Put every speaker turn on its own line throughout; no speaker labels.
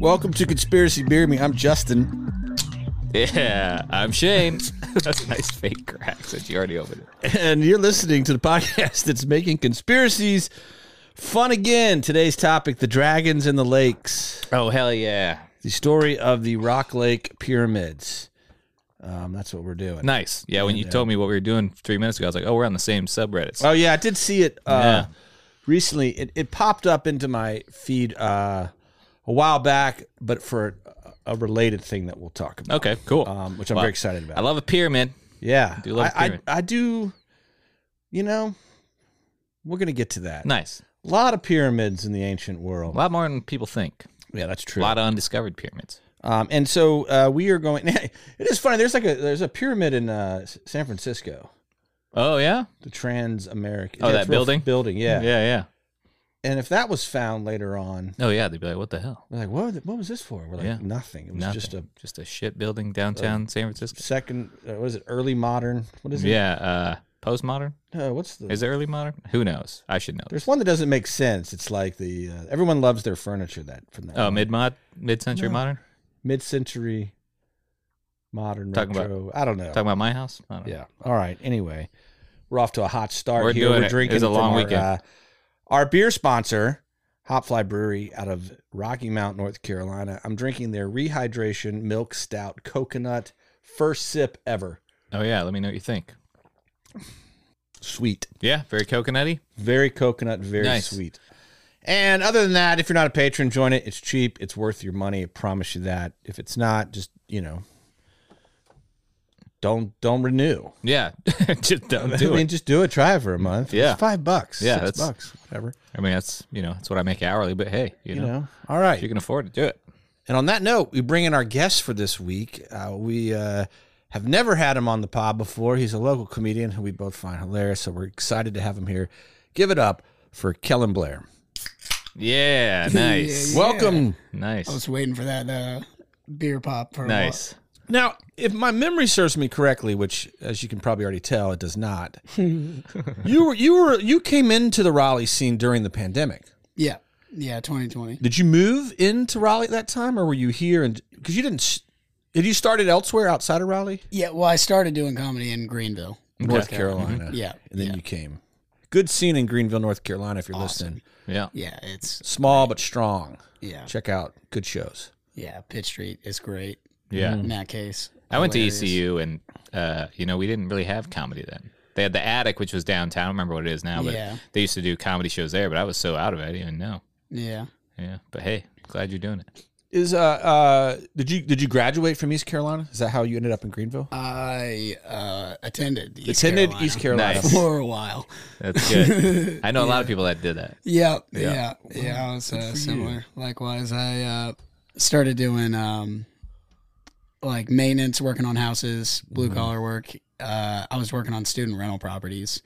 Welcome to Conspiracy Beer Me. I'm Justin.
Yeah, I'm Shane. That's a nice fake crack since you already opened it.
And you're listening to the podcast that's making conspiracies fun again. Today's topic the dragons and the lakes.
Oh, hell yeah.
The story of the Rock Lake Pyramids. Um, that's what we're doing.
Nice. Yeah, when you told me what we were doing three minutes ago, I was like, oh, we're on the same subreddits.
Oh, yeah. I did see it uh,
Yeah.
recently. It, it popped up into my feed uh, a while back, but for a, a related thing that we'll talk about,
Okay, cool.
um, which I'm
Wow.
very excited about.
I love a pyramid.
Yeah,
Do love
I, I
pyramid.
I do. You know, we're gonna get to that.
Nice.
A lot of pyramids in the ancient
A
world.
lot more than people think.
Yeah, that's true.
A lot of undiscovered pyramids.
Um, and so uh, we are going. It is funny. There's like a there's a pyramid in uh, S- San Francisco,
Oh, yeah?
the Trans American.
Oh, that building?
Building, yeah.
Yeah, yeah.
And if that was found later on,
Oh, yeah. They'd be like, what the hell?
we're like, what? What was this for? We're like,
Yeah.
nothing. It was
Nothing.
just a
Just a shit building downtown San Francisco.
second. Uh, what is it? Early modern. What is
Yeah, uh, postmodern?
it? Uh, what's the?
Is it early modern? Who knows? I should know.
there's one that doesn't make sense. It's like the uh, everyone loves their furniture that from that.
Oh, mid mod? Mid century
No.
modern?
mid-century modern
Talking about-
retro. I don't know.
Talking about my house? I don't know.
yeah. All right. Anyway, we're off to a hot start
We're
here.
doing
we're
it. It
drinking
was a
from
long
our,
weekend.
uh, our beer sponsor, Hopfly Brewery out of Rocky Mount, North Carolina. I'm drinking their rehydration milk stout coconut first sip ever.
Oh, yeah. Let me know what you think.
Sweet.
Yeah, very coconutty.
Very coconut, very
Nice.
sweet. And other than that, if you're not a patron, join it. It's cheap. It's worth your money. I promise you that. If it's not, just you know, don't don't renew.
Yeah, just don't
I
do
mean,
it.
just do it. Try it for a month.
Yeah.
It's five bucks.
Yeah,
six
that's-
bucks, whatever.
I mean, that's you know, that's what I make hourly. But hey, you,
You
know,
know. All
if you
right.
can afford to do it.
And on that note, we bring in our guest for this week. Uh, we uh, have never had him on the pod before. He's a local comedian who we both find hilarious, so we're excited to have him here. Give it up for Kellen Blair.
Yeah, nice,
Yeah.
Welcome.
I
nice,
was waiting for that uh, beer pop. For a while.
nice.
Now, if my memory serves me correctly, which as you can probably already tell, it does not. you were you were you came into the Raleigh scene during the pandemic.
Yeah, yeah. 2020.
Did you move into Raleigh at that time, or were you here? And because you didn't, s- had you started elsewhere outside of Raleigh,
Yeah. Well, I started doing comedy in Greenville.
North Carolina?
Mm-hmm.
Yeah,
and then
yeah.
you came. Good scene in Greenville, North Carolina. If you're listening,
Yeah,
Yeah, it's
small but strong.
yeah,
Check out good shows.
yeah. Pitt Street is great.
yeah.
In that case,
Mm. I went to
Mm-hmm.
E
Hilarious.
ECU, and uh, you know, we didn't really have comedy then. They had the attic, which was downtown. I don't remember what it is now, but
Yeah.
they used to do comedy shows there. But I was so out of it, I didn't even know.
Yeah,
Yeah, but hey, glad you're doing it.
Is uh uh did you did you graduate from East Carolina? Is that how you ended up in Greenville?
I uh, attended East
Attended
Carolina
East Carolina.
Nice.
for a while.
That's good. I know a lot of people that did that.
Yeah, yeah, yeah. I was uh, similar. Likewise, I uh, started doing um, like maintenance, working on houses,
Mm-hmm.
blue collar work. Uh, I was working on student rental properties,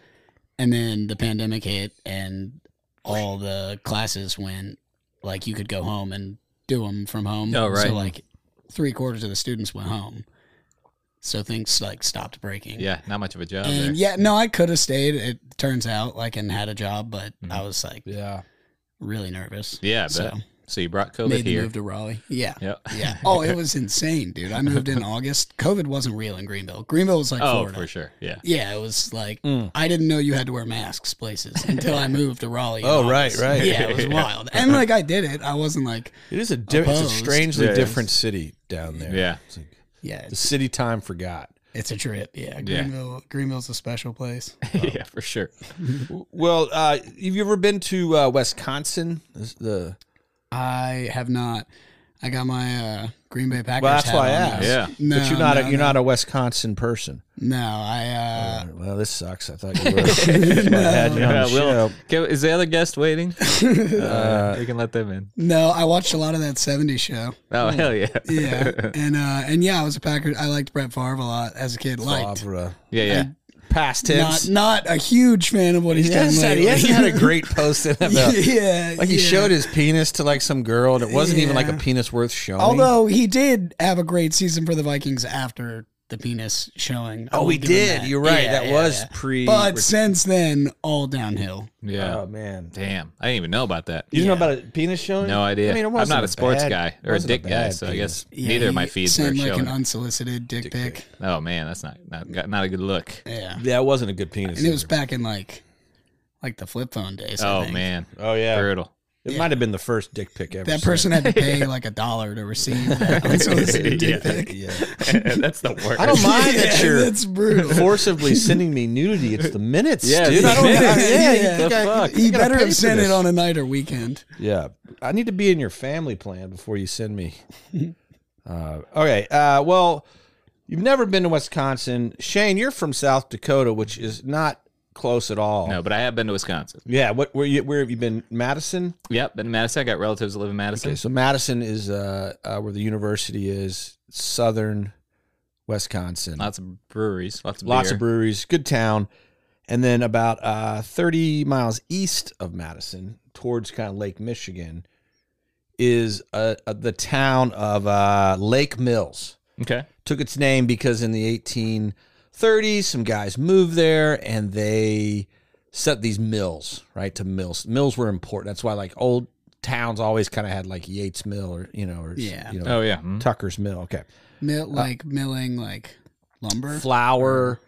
and then the pandemic hit, and all the classes went like you could go home and do them from home.
Oh, right.
So like three quarters of the students went home, so things like stopped breaking.
Yeah, not much of a job there.
And yeah, no, I could have stayed. It turns out, like, and had a job, but
Mm-hmm.
I was like,
Yeah.
really nervous.
Yeah, I
so
bet. So you brought COVID
made the
here.
move to Raleigh. Yeah.
Yep.
Yeah. Oh, it was insane, dude. I moved in August. COVID wasn't real in Greenville. Greenville was like
oh,
Florida.
for sure. Yeah.
Yeah, it was like
Mm.
I didn't know you had to wear masks places until I moved to Raleigh. in
Oh, right,
August.
right.
Yeah, it was wild. And like I did it. I wasn't like
It is a di- it's a
Opposed.
strangely
Yeah.
different city down there.
Yeah.
It's like
yeah,
the
it's,
city time forgot.
it's a trip. Yeah, Greenville. Greenville's a special place.
yeah, for sure.
Well, uh, have you ever been to uh, Wisconsin? This- The
I have not. I got my uh, Green Bay Packers.
Well, that's
hat
why I
on
asked.
Yeah.
now. No,
but you're not
no,
a, you're
no.
not a Wisconsin person.
No, I uh,
well, this sucks. I thought you were. That's why I had you on
Yeah,
the
Will,
show.
can- is the other guest waiting? uh, we can let them in.
no. I watched a lot of that '70s show.
Oh hell yeah!
yeah, and uh, and yeah, I was a Packer. I liked Brett Favre a lot as a kid. Liked
Favre.
yeah, yeah.
Past
not
tense.
not a huge fan of what he's
he
done
hasn't had,
lately.
he hasn't had a great post in about.
yeah,
Like he
yeah.
showed his penis to like some girl, and it wasn't even like a
Yeah.
penis worth showing.
Although he did have a great season for the Vikings after the penis showing. I
Oh,
will
we
give him
did.
that.
You're right.
Yeah,
that
yeah,
was
yeah.
pre.
But since then, all downhill.
Yeah.
Oh man,
Damn. I didn't even know about that.
you know about a penis showing?
No idea.
I mean, it
I'm
wasn't
not a sports
bad-
guy
it
or a
wasn't
dick guy,
bad
so I
penis.
guess neither of
he
my feeds were
sent like
showing.
an unsolicited dick, pic.
oh man, that's not not got- not a good look.
Yeah,
Yeah, it wasn't a good penis.
and it was
either.
back in like, like the flip phone days. I
Oh
think.
man,
Oh yeah,
brutal.
it
Yeah.
might have been the first dick pic ever.
that
sent.
person had to pay like a dollar to receive that unsolicited dick
Yeah.
pic.
Yeah.
that's the worst.
I don't mind that
Yeah,
you're
That's brutal.
forcibly sending me nudity. It's the minutes,
Yeah,
dude. I don't.
it's the
I- yeah,
minutes.
you think
The
I-
fuck?
you
He
gotta
better
pay
have
for
sent
this.
it on a night or weekend.
Yeah, I need to be in your family plan before you send me. uh, okay, uh, well, you've never been to Wisconsin, Shane. You're from South Dakota, which is not close at all.
No, but I have been to Wisconsin.
Yeah, what where you where have you been? Madison.
Yep, been to Madison. I got relatives that live in Madison.
Okay, so Madison is uh, uh, where the university is, southern Wisconsin.
Lots of breweries. Lots of
Lots
beer.
of breweries, good town. And then about uh, 30 miles east of Madison, towards kind of Lake Michigan, is uh, uh, the town of uh, Lake Mills.
Okay.
Took its name because in the 1830s, some guys moved there and they set these mills, right? To mills. Mills were important. That's why like old towns always kind of had like Yates Mill or, you know, or,
Yeah.
you know,
Oh yeah. Mm.
Tucker's Mill. Okay. Uh,
Mill, like milling like lumber.
flour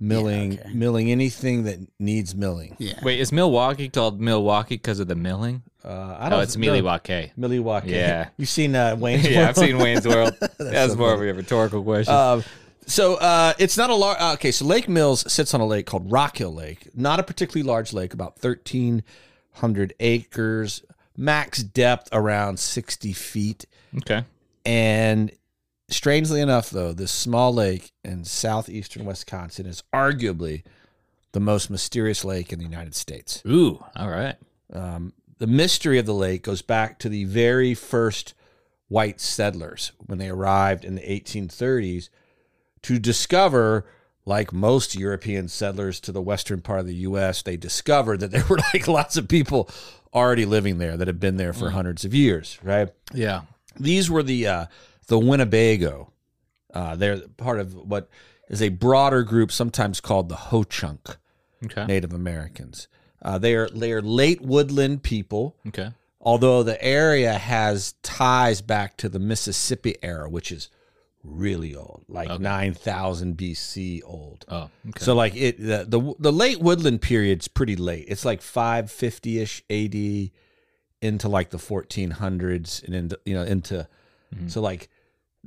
milling
Yeah, okay.
milling anything that needs milling
yeah.
Wait, is Milwaukee called Milwaukee because of the milling?
uh i don't
Oh, it's
know.
Milwaukee.
Milwaukee.
Yeah.
you've seen uh wayne's
yeah, I've
World?
seen Wayne's World. That's,
so
more of a rhetorical question.
Um, so uh, it's not a large. Uh, okay, so Lake Mills sits on a lake called Rock Hill Lake. Not a particularly large lake, about thirteen hundred acres, max depth around sixty feet.
okay.
And strangely enough, though, this small lake in southeastern Wisconsin is arguably the most mysterious lake in the United States.
Ooh. All right.
Um, the mystery of the lake goes back to the very first white settlers when they arrived in the 1830s to discover, like most European settlers to the western part of the U.S., they discovered that there were like lots of people already living there that had been there for hundreds of years, right?
Yeah.
These were the uh, the Winnebago. Uh, they're part of what is a broader group, sometimes called the Ho-Chunk
Okay.
Native Americans. Uh, they are they are late woodland people,
Okay.
although the area has ties back to the Mississippi era, which is really old, like
Okay.
nine thousand BC old.
Oh. Okay.
So like it the, the the late woodland period's pretty late. It's like 550ish AD into like the 1400s and into you know into
Mhm.
so like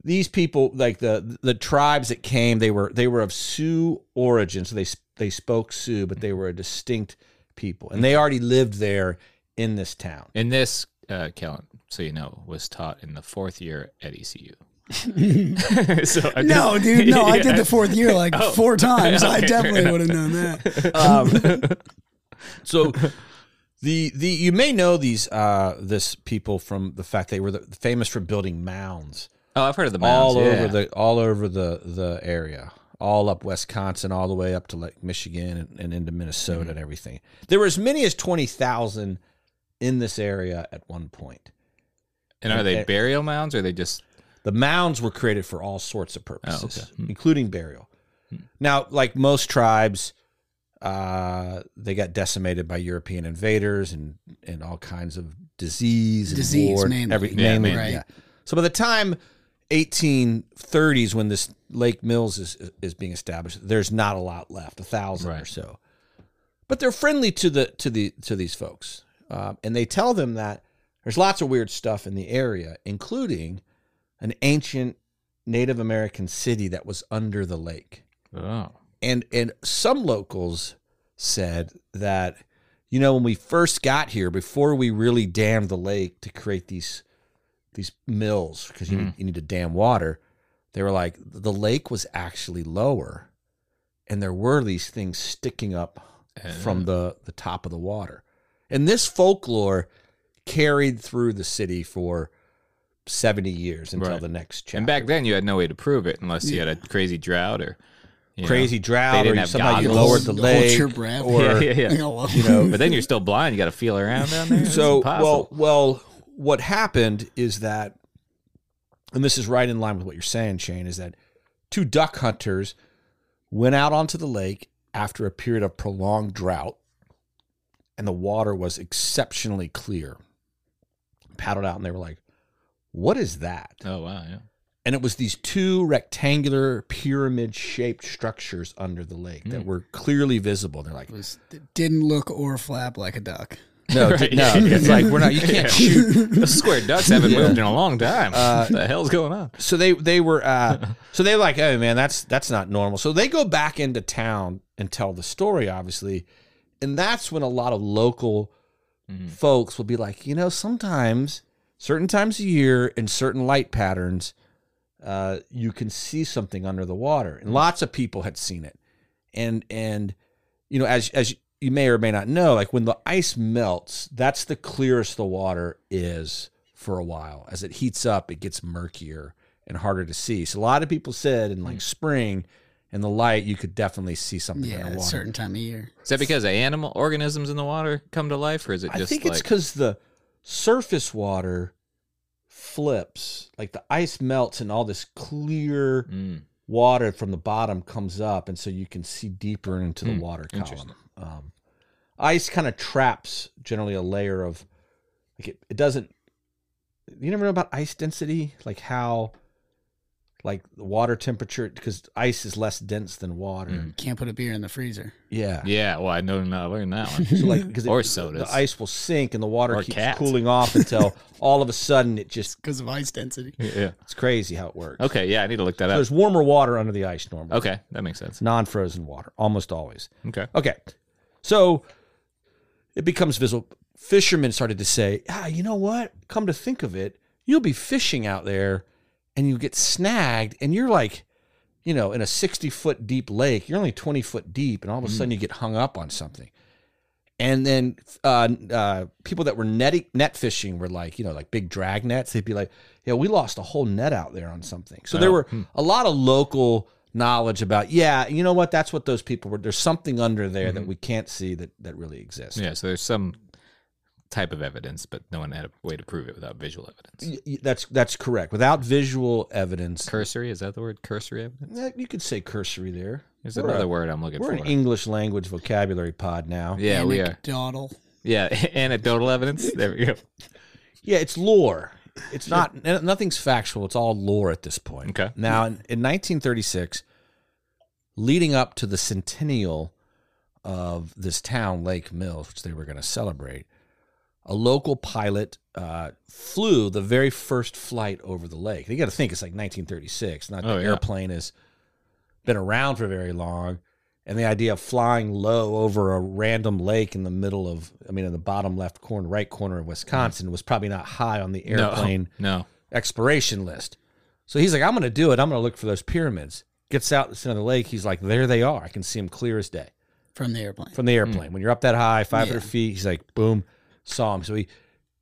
these people like the the tribes that came they were they were of Sioux origin. So they s- they spoke Sioux, but
Mm-hmm.
they were a distinct people. And they already lived there in this town.
And this, uh, Kellen, so you know, was taught in the fourth year at ECU. so I
No,
just-
dude, no. I
Yeah.
did the fourth year like
Oh.
four times. I
Okay,
definitely
fair
would have known that.
Um, so the the you may know these uh this people from the fact they were the, famous for building mounds
Oh, I've heard of the mounds.
all
yeah.
over the all over the the area, all up Wisconsin, all the way up to like Michigan and, and into Minnesota
Mm-hmm.
and everything. There were as many as twenty thousand in this area at one point.
And are
Okay.
they burial mounds or are they just
The mounds were created for all sorts of purposes,
okay. Hmm.
including burial. Now, like most tribes, uh, they got decimated by European invaders and and all kinds of disease, and
Disease,
war and
mainly.
every-
Yeah,
mainly,
mainly.
yeah. So by the time 1830s, when this Lake Mills is is being established, there's not a lot left, a thousand or
Right.
so. But they're friendly to the to the to these folks, um, and they tell them that there's lots of weird stuff in the area, including an ancient Native American city that was under the lake.
Oh.
And and some locals said that you know when we first got here before we really dammed the lake to create these these mills because you, need-
Mm-hmm.
you need to dam water, they were like the lake was actually lower and there were these things sticking up
Uh.
from the the top of the water. And this folklore carried through the city for 70 years until
Right.
the next chapter.
And back then you had no way to prove it unless you had a crazy drought or you know.
crazy drought
didn't
or
have
somehow you
goggles.
lowered the
Hold
lake
your breath.
or
Yeah, yeah, yeah.
you
but then you're still blind. You got to feel around down there. It's
so well
impossible.
well what happened is that and this is right in line with what you're saying Shane is that two duck hunters went out onto the lake after a period of prolonged drought, and the water was exceptionally clear. Paddled out, and they were like, What is that?
Oh wow, yeah.
and it was these two rectangular pyramid shaped structures under the lake that
Hmm.
were clearly visible. They're like,
Was, didn't look or flap like a duck.
no,
Right,
d- no,
yeah.
it's like we're not. You can't
Yeah.
shoot.
Those square ducks haven't
Yeah.
moved in a long time.
Uh,
what the hell's going on?
So they they were uh, so they were like, oh man, that's that's not normal. So they go back into town and tell the story, obviously, and that's when a lot of local
Mm-hmm.
Mhm.
folks will be like, you know, sometimes certain times a year in certain light patterns, uh, you can see something under the water,
Mm-hmm.
and lots of people had seen it, and and you know, as as you may or may not know, like when the ice melts, that's the clearest the water is for a while. As it heats up, it gets murkier and harder to see. So a lot of people said in
Mm.
like spring, in the light, you could definitely see something
Yeah,
in the
a
water.
certain time of year.
Is that because animal organisms in the water come to life, or is it
I
just
think
like
it's because the surface water flips, like the ice melts, and all this clear
Mm,
water from the bottom comes up, and so you can see deeper into the
Hmm,
water column.
interesting.
Um, ice kind of traps generally a layer of, like it, it doesn't. You never know about ice density, like how, like the water temperature, because ice is less dense than water.
Mm.
Can't put a beer in the freezer.
Yeah.
yeah? Well, I know not learned that one.
So like, because
Or
the
sodas.
ice will sink and the water
Or
keeps
cats.
cooling off until all of a sudden it just
Because of ice density.
yeah.
it's crazy how it works.
Okay. Yeah, I need to look that
So
up.
there's warmer water under the ice normally.
Okay, that makes sense.
It's non-frozen water almost always.
Okay.
Okay. So it becomes visible. Fishermen started to say, ah, you know what? Come to think of it, you'll be fishing out there and you get snagged and you're like, you know, in a 60 foot deep lake, you're only 20 foot deep and all of a sudden you get hung up on something. And then uh, uh, people that were netting, net fishing were like, you know, like big drag nets. They'd be like, yeah, we lost a whole net out there on something. So there
Oh,
were
hmm.
a lot of local knowledge about, yeah, you know what? That's what those people were. There's something under there that we can't see that, that really exists.
Mm-hmm. Yeah. So there's some type of evidence, but no one had a way to prove it without visual evidence.
Y- y- That's that's correct. Without visual evidence,
Cursory is that the word? Cursory evidence.
eh, you could say cursory there.
There's
We're
another
a-
word I'm looking
We're
for.
an English language vocabulary pod now. Yeah,
yeah, we are.
Anecdotal.
Yeah, anecdotal evidence. There we go.
it's lore. It's not n- nothing's factual. It's all lore at this point.
Okay.
Now, in, in 1936, leading up to the centennial of this town, Lake Mills, which they were going to celebrate, a local pilot uh, flew the very first flight over the lake. You got to think it's like 1936. Not the
Oh, yeah.
airplane has been around for very long. And the idea of flying low over a random lake in the middle of, I mean, in the bottom left corner, right corner of Wisconsin was probably not high on the airplane
No.
exploration list. So he's like, I'm going to do it. I'm going to look for those pyramids. Gets out to the lake. He's like, there they are. I can see them clear as day
From the airplane.
from the airplane. When you're up that high, 500
Yeah.
feet, he's like, boom, saw him. So he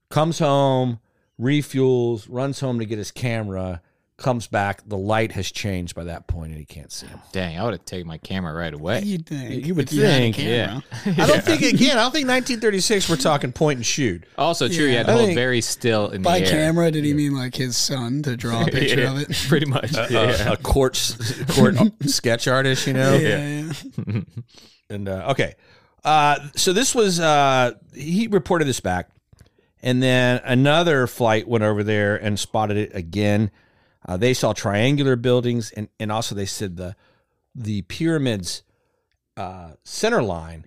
comes home, refuels, runs home to get his camera, comes back. The light has changed by that point and he can't see him.
no. Dang, I would have taken my camera right away.
You'd think.
You would
if had a
think,
Yeah.
camera.
I don't think, again, I don't think 1936, we're talking point and shoot.
Also, true. You
Yeah.
had to
I
hold
think-
very still in
By
the air.
camera, did he mean like his son to draw a picture
Yeah,
of it?
Pretty much. yeah.
A court, court sketch artist, you know?
Yeah, yeah.
and uh, okay uh, so this was uh, he reported this back and then another flight went over there and spotted it again uh, they saw triangular buildings and, and also they said the the pyramids uh, center line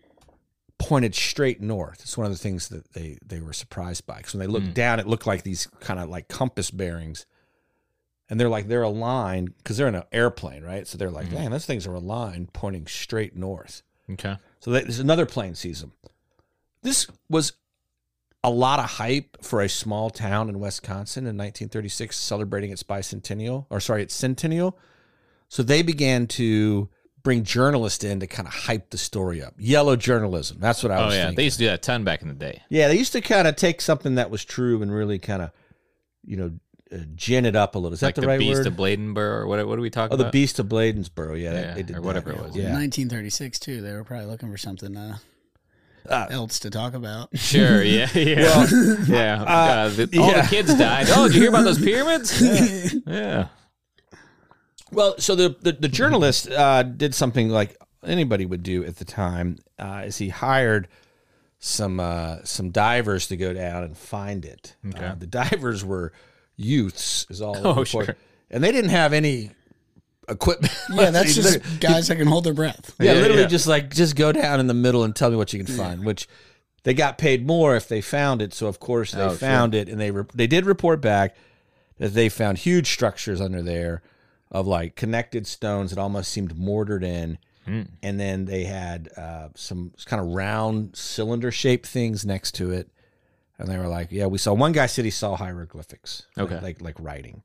pointed straight north it's one of the things that they they were surprised by because when they looked
Mm.
down it looked like these kind of like compass bearings and they're like they're aligned because they're in an airplane right so they're like
Mhm.
man those things are aligned pointing straight north
Okay.
so that, there's another plane sees them. This was a lot of hype for a small town in Wisconsin in 1936 celebrating its bicentennial, or sorry, its centennial. So they began to bring journalists in to kind of hype the story up. Yellow journalism. That's what I
Oh
was
yeah,
thinking.
they used to do that a ton back in the day.
Yeah, they used to kind of take something that was true and really kind of, you know, uh, gin it up a little. Is
like
that the,
the
right
Beast
word?
of Bladenbur, or what? What are we talking
oh, the
about?
Beast of Bladensburg. Yeah, they-
Yeah,
they did
or
that.
whatever it was.
Yeah.
1936 too. They were probably looking for something uh,
Uh,
else to talk about.
Sure. Yeah. Yeah. yeah. Uh, the- all
yeah.
the kids died. Oh, did you hear about those pyramids? Yeah. yeah.
Well, so the the, the journalist uh, did something like anybody would do at the time, uh, is he hired some uh, some divers to go down and find it. Uh, the divers were youths, is all.
Oh,
the
sure.
report- and they didn't have any equipment.
Yeah, that's just guys that can hold their breath.
yeah,
Yeah,
literally
yeah.
just like just go down in the middle and tell me what you can find. Which they got paid more if they found it. So of course they
Oh, sure.
found it, and they re- they did report back that they found huge structures under there of like connected stones that almost seemed mortared in.
Hmm.
And then they had uh, some kind of round cylinder shaped things next to it. And they were like, yeah, we saw one guy said he saw hieroglyphics.
Okay.
Like, like, like writing.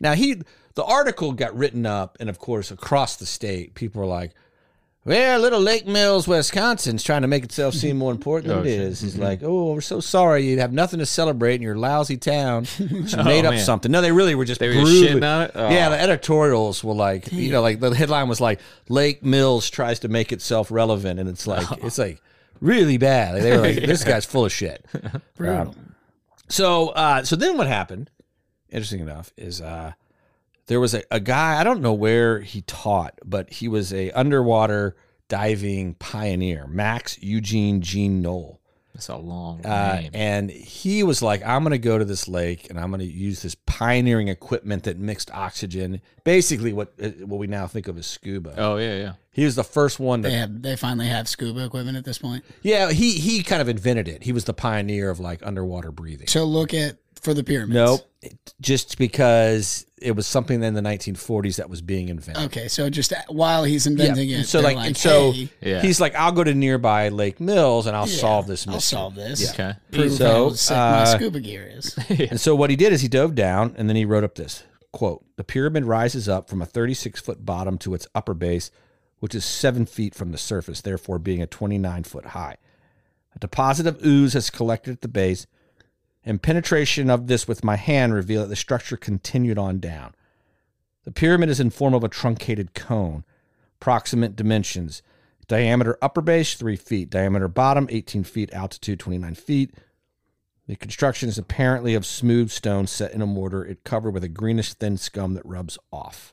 Now he the article got written up, and of course, across the state, people were like, Well, little Lake Mills, Wisconsin's trying to make itself seem more important than
Oh,
it
shit.
is. He's like, Oh, we're so sorry you have nothing to celebrate in your lousy town. She made up
Oh, man.
something. No, they really were just
They were just
brutally-
shitting on it? Oh.
Yeah, the editorials were like, you know, like the headline was like Lake Mills tries to make itself relevant, and it's like it's like really bad. Like, they were like, this guy's full of shit.
Brutal.
So uh, so then what happened? Interesting enough is uh, there was a, a guy I don't know where he taught, but he was a underwater diving pioneer, Max Eugene Gene Knoll.
That's a long
Uh,
name.
and he was like, I'm going to go to this lake and I'm going to use this pioneering equipment that mixed oxygen, basically what uh, what we now think of as scuba.
Oh yeah, yeah.
He was the first one to,
They have they finally have scuba equipment at this point.
yeah, he he kind of invented it. He was the pioneer of like underwater breathing.
So look at for the pyramids.
Nope, It- just because it was something in the 1940s that was being invented.
Okay, so just a- while he's inventing
Yeah,
it,
and so
Oh, they're
like, and so
hey,
Yeah.
he's like, I'll go to nearby Lake Mills and I'll
yeah,
solve this mystery.
I'll solve this.
Okay.
Prove
So,
how sick
uh,
my scuba gear is.
And so what he did is he dove down and then he wrote up this quote The pyramid rises up from a 36 foot bottom to its upper base, which is seven feet from the surface, therefore being a 29 foot high. A deposit of ooze has collected at the base, and penetration of this with my hand revealed that the structure continued on down. The pyramid is in form of a truncated cone. Proximate dimensions diameter upper base, 3 feet, diameter bottom, 18 feet, altitude, 29 feet. The construction is apparently of smooth stone set in a mortar, it covered with a greenish thin scum that rubs off.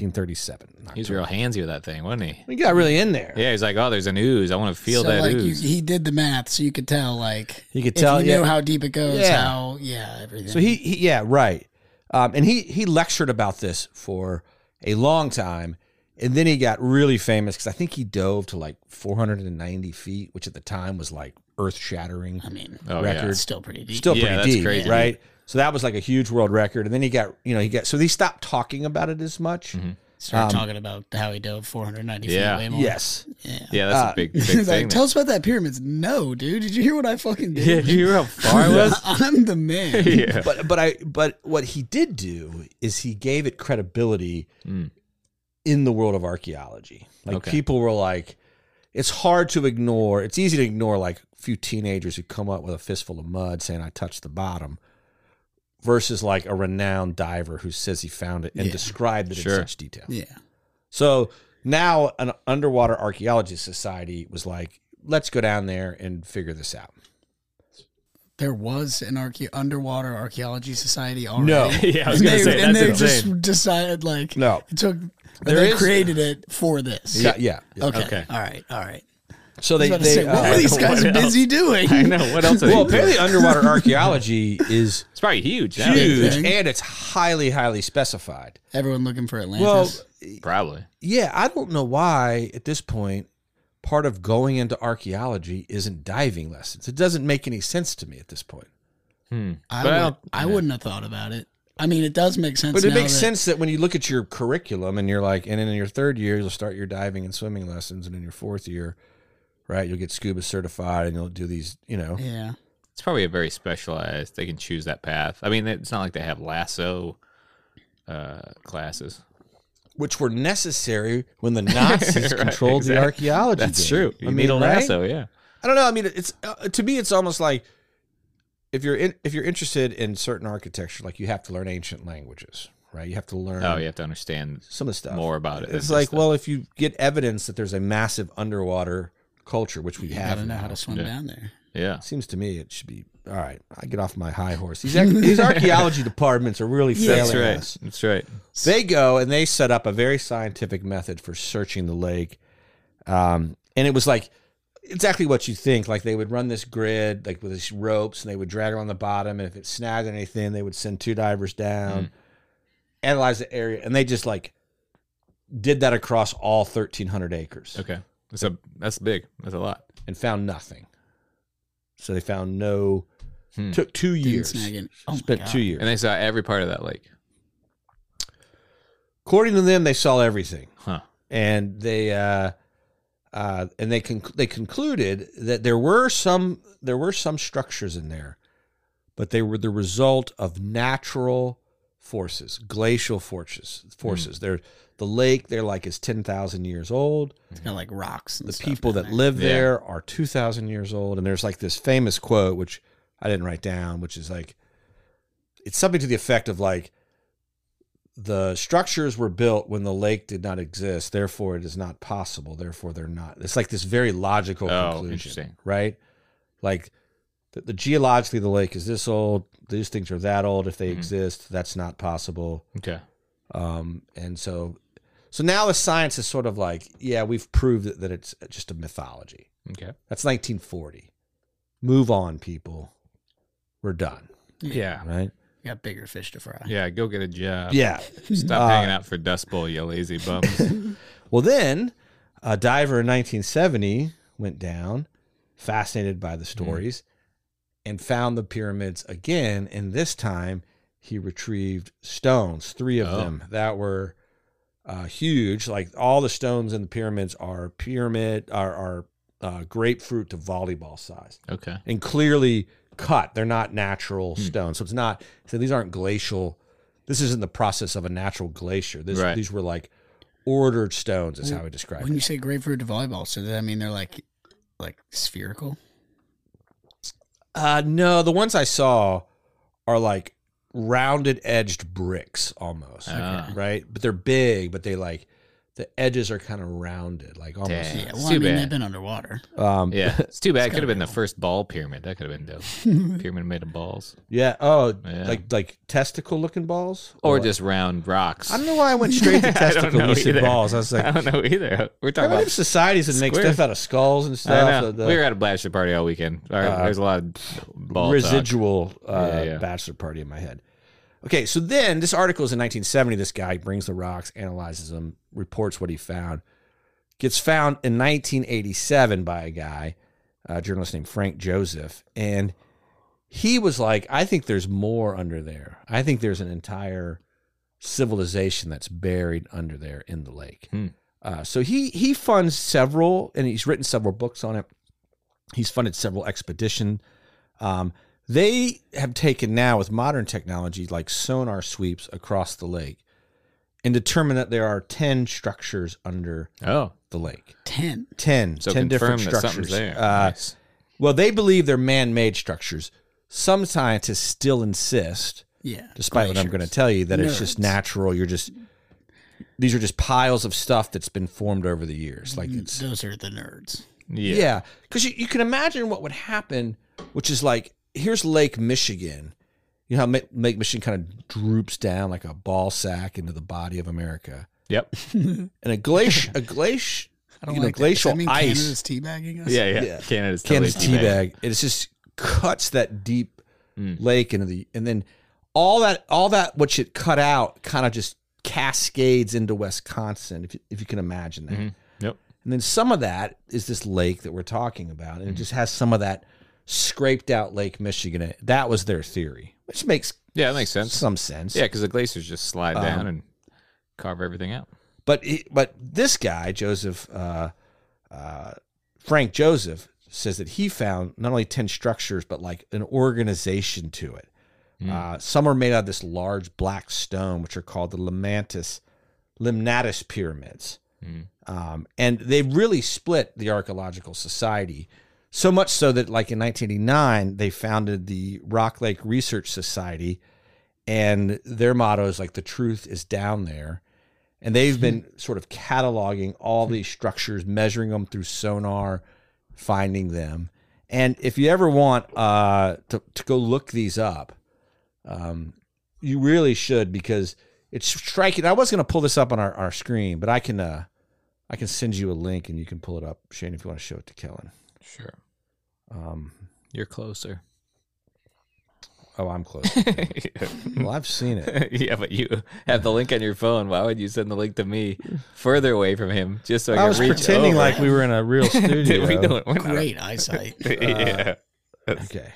1937.
He's real handsy with that thing, wasn't he?
He got really in there.
Yeah, he's like, oh, there's an ooze. I want to feel
so
that
like you,
ooze.
he did the math, so you could tell like
You could
if
tell,
you knew
yeah.
how deep it goes,
Yeah.
how yeah everything.
So he, he yeah, right. Um, and he he lectured about this for a long time, and then he got really famous because I think he dove to like 490 feet, which at the time was like earth shattering.
I mean,
oh
record.
it's still pretty deep.
Still
Yeah,
pretty
that's
deep,
crazy.
right? So that was like a huge world record, and then he got you know he got so he stopped talking about it as much.
Start talking about how he dove 490
Yeah.
feet way more.
um, Yes,
yeah. Yeah, that's
Uh,
a big, big
He's
thing.
like,
there.
tell us about that pyramids. No, dude. Did you hear what I fucking did?
yeah, do you hear how far I was?
I'm the man.
yeah.
but but I but what he did do is he gave it credibility
Mm.
in the world of archaeology. Like
Okay.
people were like, it's hard to ignore. It's easy to ignore like a few teenagers who come up with a fistful of mud saying I touched the bottom, versus like a renowned diver who says he found it and
Yeah.
described it
Sure.
in such detail.
Yeah.
So now an underwater archaeologist society was like, let's go down there and figure this out.
There was an archae- underwater archaeology society already.
No.
yeah, I was
and
gonna
they,
say
and
that's
they
insane.
just decided like
No.
it took
There
they
is-
created it for this.
Yeah. yeah.
Okay.
Okay.
All right. All right.
So
I was
they,
about to
they
say, what
uh,
were these guys
what else?
busy doing?
I know. What else? Are
Well,
you doing?
apparently, underwater archaeology is
it's probably huge. now.
huge
thing.
and it's highly, highly specified.
Everyone looking for
Well,
Atlantis.
Probably.
yeah, I don't know why at this point part of going into archaeology isn't diving lessons. It doesn't make any sense to me at this point.
Hmm.
I,
but I
would,
don't-
I, wouldn't have thought about it. I mean, it does make sense.
But it
now
makes
that-
sense that when you look at your curriculum and you're like, and then in your third year, you'll start your diving and swimming lessons. And in your fourth year, right, you'll get scuba certified and you'll do these, you know.
Yeah.
It's probably a very specialized. They can choose that path. I mean, it's not like they have lasso uh, classes.
which were necessary when the Nazis
Right,
controlled the
exact-
archaeology.
That's
game.
true. You
I
need
mean,
a
right?
lasso. Yeah.
I don't know. I mean, it's uh, to me, it's almost like if you're in, if you're interested in certain architecture, like you have to learn ancient languages, right? You have to learn
Oh, you have to understand
some of the stuff.
more about it. than
It's
just
like,
the-
well, if you get evidence that there's a massive underwater culture, which we
You
have,
gotta know
now,
how to swim
Yeah.
down there.
Yeah.
Seems to me it should be all right. I get off my high horse. These ac- these archaeology departments are really failing
That's right.
us.
That's right.
They go and they set up a very scientific method for searching the lake, um, and it was like exactly what you think. Like they would run this grid, like with these ropes, and they would drag around the bottom. And if it snagged on anything, they would send two divers
Mm.
down, analyze the area, and they just like did that across all thirteen hundred acres
Okay. That's a that's big. That's a lot.
and found nothing. So they found no.
Hmm.
Took 2
Didn't
years.
snag it. Oh my
Spent
God.
two years.
And they saw every part of that lake.
According to them, they saw everything,
Huh.
and they uh, uh, and they con- they concluded that there were some there were some structures in there, but they were the result of natural forces, glacial forces. Forces. They're the lake. They're like is ten thousand years old.
It's got like rocks. And
the
stuff
people
down
that
there.
live
Yeah.
there are 2000 years old and there's like this famous quote which i didn't write down which is like it's something to the effect of like the structures were built when the lake did not exist therefore it is not possible therefore they're not it's like this very logical
Oh,
conclusion
interesting.
right like the, the geologically the lake is this old these things are that old if they
Mhm.
exist that's not possible
Okay.
um, and so, so now the science is sort of like, yeah, we've proved that, that it's just a mythology.
Okay.
That's 1940. Move on, people. We're done,
Yeah.
right?
got bigger fish to fry.
Yeah. Go get a job.
Yeah.
Stop
Uh,
hanging out for Dust Bowl, you lazy bums.
Well, then a diver in 1970 went down, fascinated by the stories, and found the pyramids again. And this time he retrieved stones, three of
Oh.
them that were uh, huge. Like all the stones in the pyramids are pyramid, are, are uh, grapefruit to volleyball size
okay.
and clearly cut. They're not natural
Hmm.
stones. So it's not, so these aren't glacial. This isn't the process of a natural glacier. This,
Right.
These were like ordered stones, is how I describe
When
it.
you say grapefruit to volleyball, so does that mean they're like like spherical?
Uh, no, the ones I saw are like rounded edged bricks almost,
Ah.
right? But they're big, but they like, the edges are kind of rounded, like almost.
Dang.
Yeah.
It's
Well, I
too
mean,
bad.
they've been underwater.
Um, yeah.
Yeah. It's too bad. It could
gotta
have been the
be.
first ball pyramid. That could have been dope. pyramid made of balls.
Oh,
Yeah.
like like testicle looking balls,
Or
like-
just round rocks.
I don't know why I went straight to
I don't
testicle.
know
You said
either.
balls. I was like,
I don't know either. We're talking
I
about
live societies that make
Square.
stuff out of skulls and
I
stuff.
know.
uh, the
we were at a bachelor party all weekend. All right,
Uh,
There's a lot of ball talk.
residual uh,
Yeah, yeah.
bachelor party in my head. Okay, so then this article is in 1970. This guy brings the rocks, analyzes them, reports what he found. Gets found in 1987 by a guy, a journalist named Frank Joseph, and he was like, "I think there's more under there. I think there's an entire civilization that's buried under there in the lake."
Hmm.
Uh, so he he funds several, and he's written several books on it. He's funded several expedition. Um, they have taken now with modern technology like sonar sweeps across the lake and determined that there are 10 structures under
Oh,
the lake.
Ten.
10,
so
10 different
confirm that
structures.
something's there.
Uh,
Nice.
well, they believe they're man made structures. Some scientists still insist,
Yeah.
despite what I'm going to tell you, that it's just
Nerds.
natural. You're just, these are just piles of stuff that's been formed over the years. Like it's,
Mm, Those are the nerds.
Yeah.
yeah, because you, you can imagine what would happen, which is like here's Lake Michigan. You know how Ma- Lake Michigan kind of droops down like a ball sack into the body of America,
Yep.
and a glacier, a glacier,
I
you know, glacial
that mean
ice,
Canada's teabagging us?
Yeah. Yeah.
Yeah.
Canada's totally
Canada's teabag. It just cuts that deep
Mm.
lake into the, and then all that, all that which it cut out, kind of just cascades into Wisconsin. If you, if you can imagine that.
Mhm. Yep.
And then some of that is this lake that we're talking about, and it just has some of that scraped out Lake Michigan. in it. That was their theory, which makes
Yeah, that makes sense.
some sense.
Yeah, because the glaciers just slide
Uh-huh.
down and carve everything out.
But he, but this guy Joseph uh, uh, Frank Joseph says that he found not only ten structures but like an organization to it.
Hmm. Mm.
Uh, some are made out of this large black stone, which are called the Lamnatus Limnatus pyramids.
Mm.
Um, and they really split the archaeological society so much so that like in 1989 they founded the rock lake research society and their motto is like the truth is down there and they've been sort of cataloging all these structures measuring them through sonar finding them And if you ever want uh, to, to go look these up, um, you really should because it's striking. I was going to pull this up on our, our screen, but I can uh, I can send you a link and you can pull it up, Shane, if you want to show it to Kellen.
Sure.
Um,
You're closer.
oh, I'm close. well, I've seen it.
yeah, but you have the link on your phone. Why would you send the link to me further away from him just so I,
I
can
was
reach
pretending
over?
like we were in a real studio.
we don't, we're not-
Great eyesight.
Uh,
yeah.
Okay.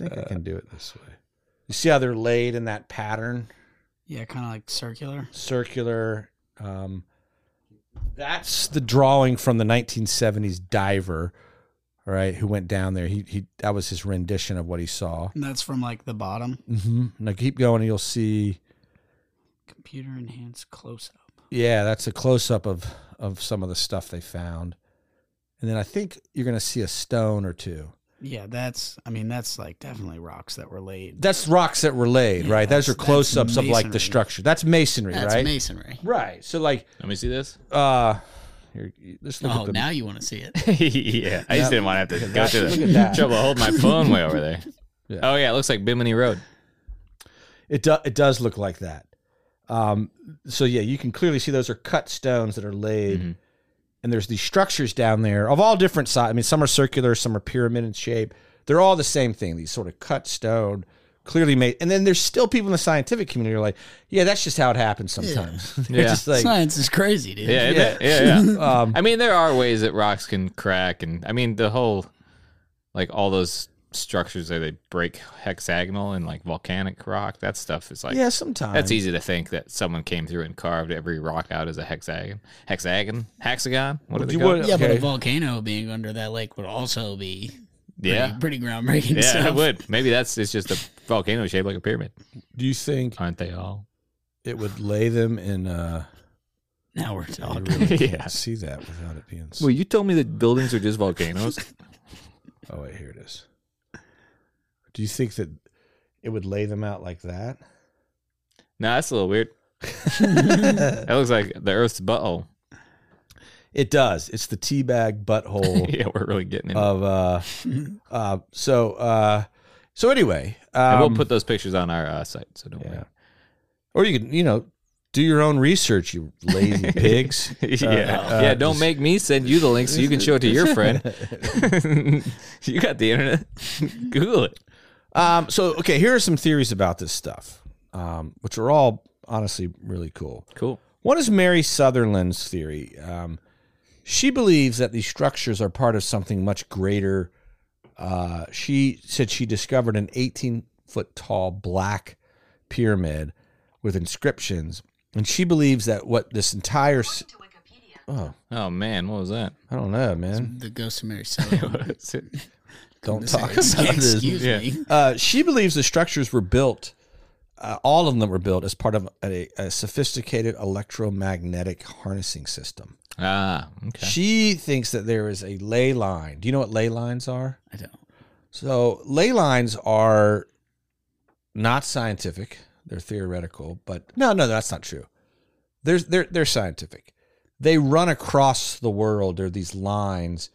I think I can do it this way. You see how they're laid in that pattern,
yeah, kind of like circular.
circular. Um, that's the drawing from the 1970s diver, all right, who went down there. He, he that was his rendition of what he saw.
And that's from like the bottom.
Mm-hmm. Now keep going, and you'll see.
Computer enhanced close up.
Yeah, that's a close up of of some of the stuff they found, and then I think you're gonna see a stone or two.
Yeah, that's. I mean, that's like definitely rocks that were laid.
That's rocks that were laid,
Yeah,
right? Those
that's-
are
that's
close ups of like the
masonry.
structure. That's masonry,
That's
right?
masonry.
right. So like
Let me see this.
Uh, here, let's look
Oh,
at the.
now you want to see it.
yeah, I just didn't want to have to go
that.
through
Look
the
at that.
trouble. of holding my phone way over there.
Yeah.
Oh yeah, it looks like Bimini Road.
It do, it does look like that. Um, so yeah, you can clearly see those are cut stones that are laid,
Mhm.
and there's these structures down there of all different size. I mean, some are circular, some are pyramid in shape. They're all the same thing. These sort of cut stone, clearly made. And then there's still people in the scientific community who are like, yeah, that's just how it happens sometimes. They're
Yeah.
just like,
Science is crazy, dude.
Yeah,
Yeah.
yeah, yeah. yeah.
um,
I mean, there are ways that rocks can crack, and I mean the whole, like all those structures that they break hexagonal and like volcanic rock. That stuff is like
yeah, sometimes
that's easy to think that someone came through and carved every rock out as a hexagon, hexagon, hexagon. What
Would
do they
you
call?
want-
it?
Yeah, but
Okay.
a volcano being under that lake would also be pretty,
Yeah,
pretty groundbreaking
yeah,
stuff.
it would. Maybe that's it's just a volcano shaped like a pyramid.
Do you think
Aren't they all?
it would lay them in? Uh,
Now we're
I
talking.
really can't
Yeah.
see that without it being. s-
Well, you told me that buildings are just volcanoes.
Oh wait, here it is. Do you think that it would lay them out like that?
no, that's a little weird. That looks like the Earth's butthole.
it does. It's the teabag butthole
yeah, we're really getting into. it.
of uh uh so uh so anyway, um,
and we'll put those pictures on our uh, site, so don't
yeah. Or you can, you know, do your own research, you lazy pigs.
worry. yeah,
uh,
yeah. Don't
just-
make me send you the link so you can show it to your friend. you got the internet. Google it.
Um, so okay, here are some theories about this stuff, um, which are all honestly really cool.
Cool.
What is Mary Sutherland's theory? Um, she believes that these structures are part of something much greater. Uh, she said she discovered an 18 foot tall black pyramid with inscriptions, and she believes that what this entire s- oh
Oh man, what was that?
I don't know, man,
The ghost of Mary Sutherland.
What's it?
don't
This-
talk about this.
Excuse
Yeah.
me.
Uh, she believes the structures were built, uh, all of them were built as part of a, a sophisticated electromagnetic harnessing system.
ah, okay.
She thinks that there is a ley line. Do you know what ley lines are?
I don't.
So ley lines are not scientific; they're theoretical. But no, no, that's not true. They're they're they're scientific. They run across the world. There are these lines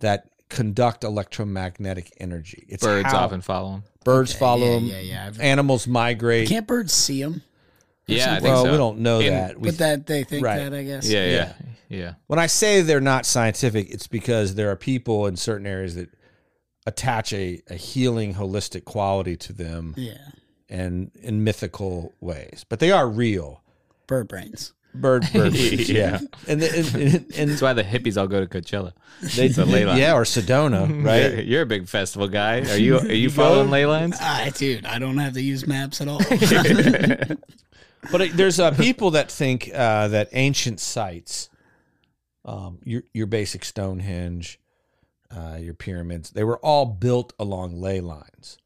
that conduct electromagnetic energy. It's
Birds
how-
often follow him.
birds follow
yeah,
them.
Yeah, yeah. I've-
Animals migrate.
Can't birds see them?
Yeah, I think
well,
so.
we don't know
In-
that. We,
But that they think
Right.
that, I guess.
Yeah, yeah, yeah.
when I say they're not scientific, it's because there are people in certain areas that attach a, a healing, holistic quality to them
Yeah.
and in mythical ways. But they are real.
Bird brains.
Bird, bird breeds, yeah.
Yeah.
And, the- and, and, and
That's why the hippies all go to Coachella.
they,
It's a ley line.
yeah, or Sedona, right?
Yeah, you're a big festival guy. Are you? Are you following ley lines?
I, dude, I don't have to use maps at all.
But it, there's uh, people that think uh, that ancient sites, um, your your basic Stonehenge, uh, your pyramids, they were all built along ley lines,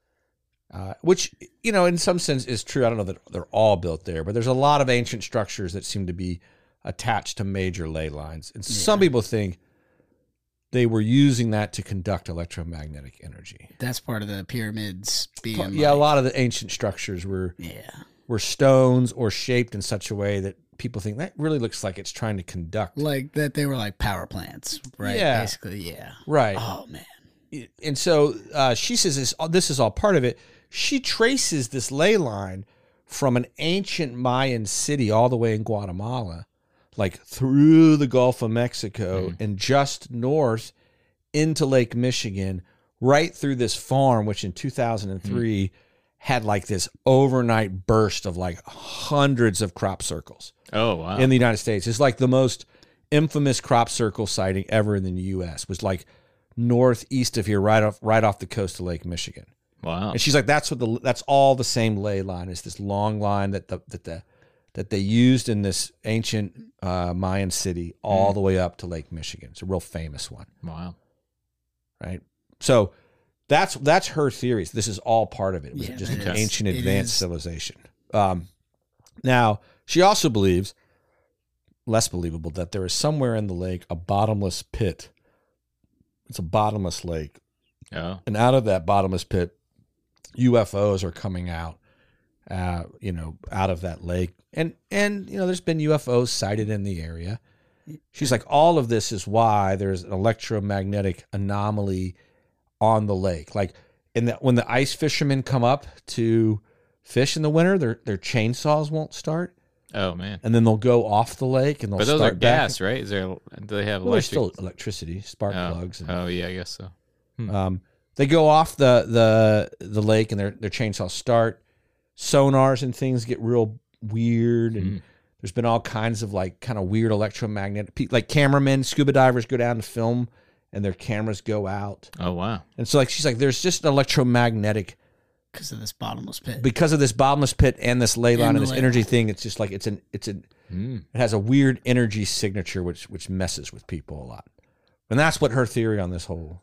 uh, which you know in some sense is true. I don't know that they're all built there, but there's a lot of ancient structures that seem to be attached to major ley lines, and some people think they were using that to conduct electromagnetic energy.
That's part of the pyramids being.
Yeah, a
like-
lot of the ancient structures were
yeah.
were stones or shaped in such a way that people think that really looks like it's trying to conduct.
Like that they were like power plants, right?
Yeah.
Basically, yeah.
Right.
Oh, man.
and so uh, she says this, this is all part of it. She traces this ley line from an ancient Mayan city all the way in Guatemala, like through the Gulf of Mexico and just north into Lake Michigan, right through this farm, which in 2003 had like this overnight burst of like hundreds of crop circles
Oh wow.
in the United States. It's like the most infamous crop circle sighting ever in the U.S. was like northeast of here, right off right off the coast of Lake Michigan.
wow.
And she's like, "That's what the that's all the same ley line. It's this long line that the that the that they used in this ancient uh, Mayan city all the way up to Lake Michigan. It's a real famous one,
Wow.
right? So." That's that's her theories. This is all part of it. It was
Yeah,
just an
it is.
ancient
It
advanced
is.
civilization. Um, now she also believes, less believable, that there is somewhere in the lake a bottomless pit. It's a bottomless lake
Oh.
and out of that bottomless pit, UFOs are coming out. Uh, you know, out of that lake, and and you know, there's been UFOs sighted in the area. She's like, all of this is why there's an electromagnetic anomaly on the lake. Like, in the when the ice fishermen come up to fish in the winter, their their chainsaws won't start,
Oh man.
and then they'll go off the lake and they'll
But those are
start back-
gas, right? Is there? Do they have
Well, there's
electric?
still electricity, spark
oh.
plugs, and
oh yeah, I guess so.
Um, they go off the the the lake and their their chainsaws start. Sonars and things get real weird, and
Mm.
there's been all kinds of like kind of weird electromagnetic, pe- like cameramen, scuba divers go down to film, and their cameras go out,
Oh wow.
and so like she's like, there's just an electromagnetic
because of this bottomless pit.
because of this bottomless pit and this ley
And
line and
the
this
ley
energy thing. It's just like it's an it's an
Mm.
it has a weird energy signature which which messes with people a lot, and that's what her theory on this whole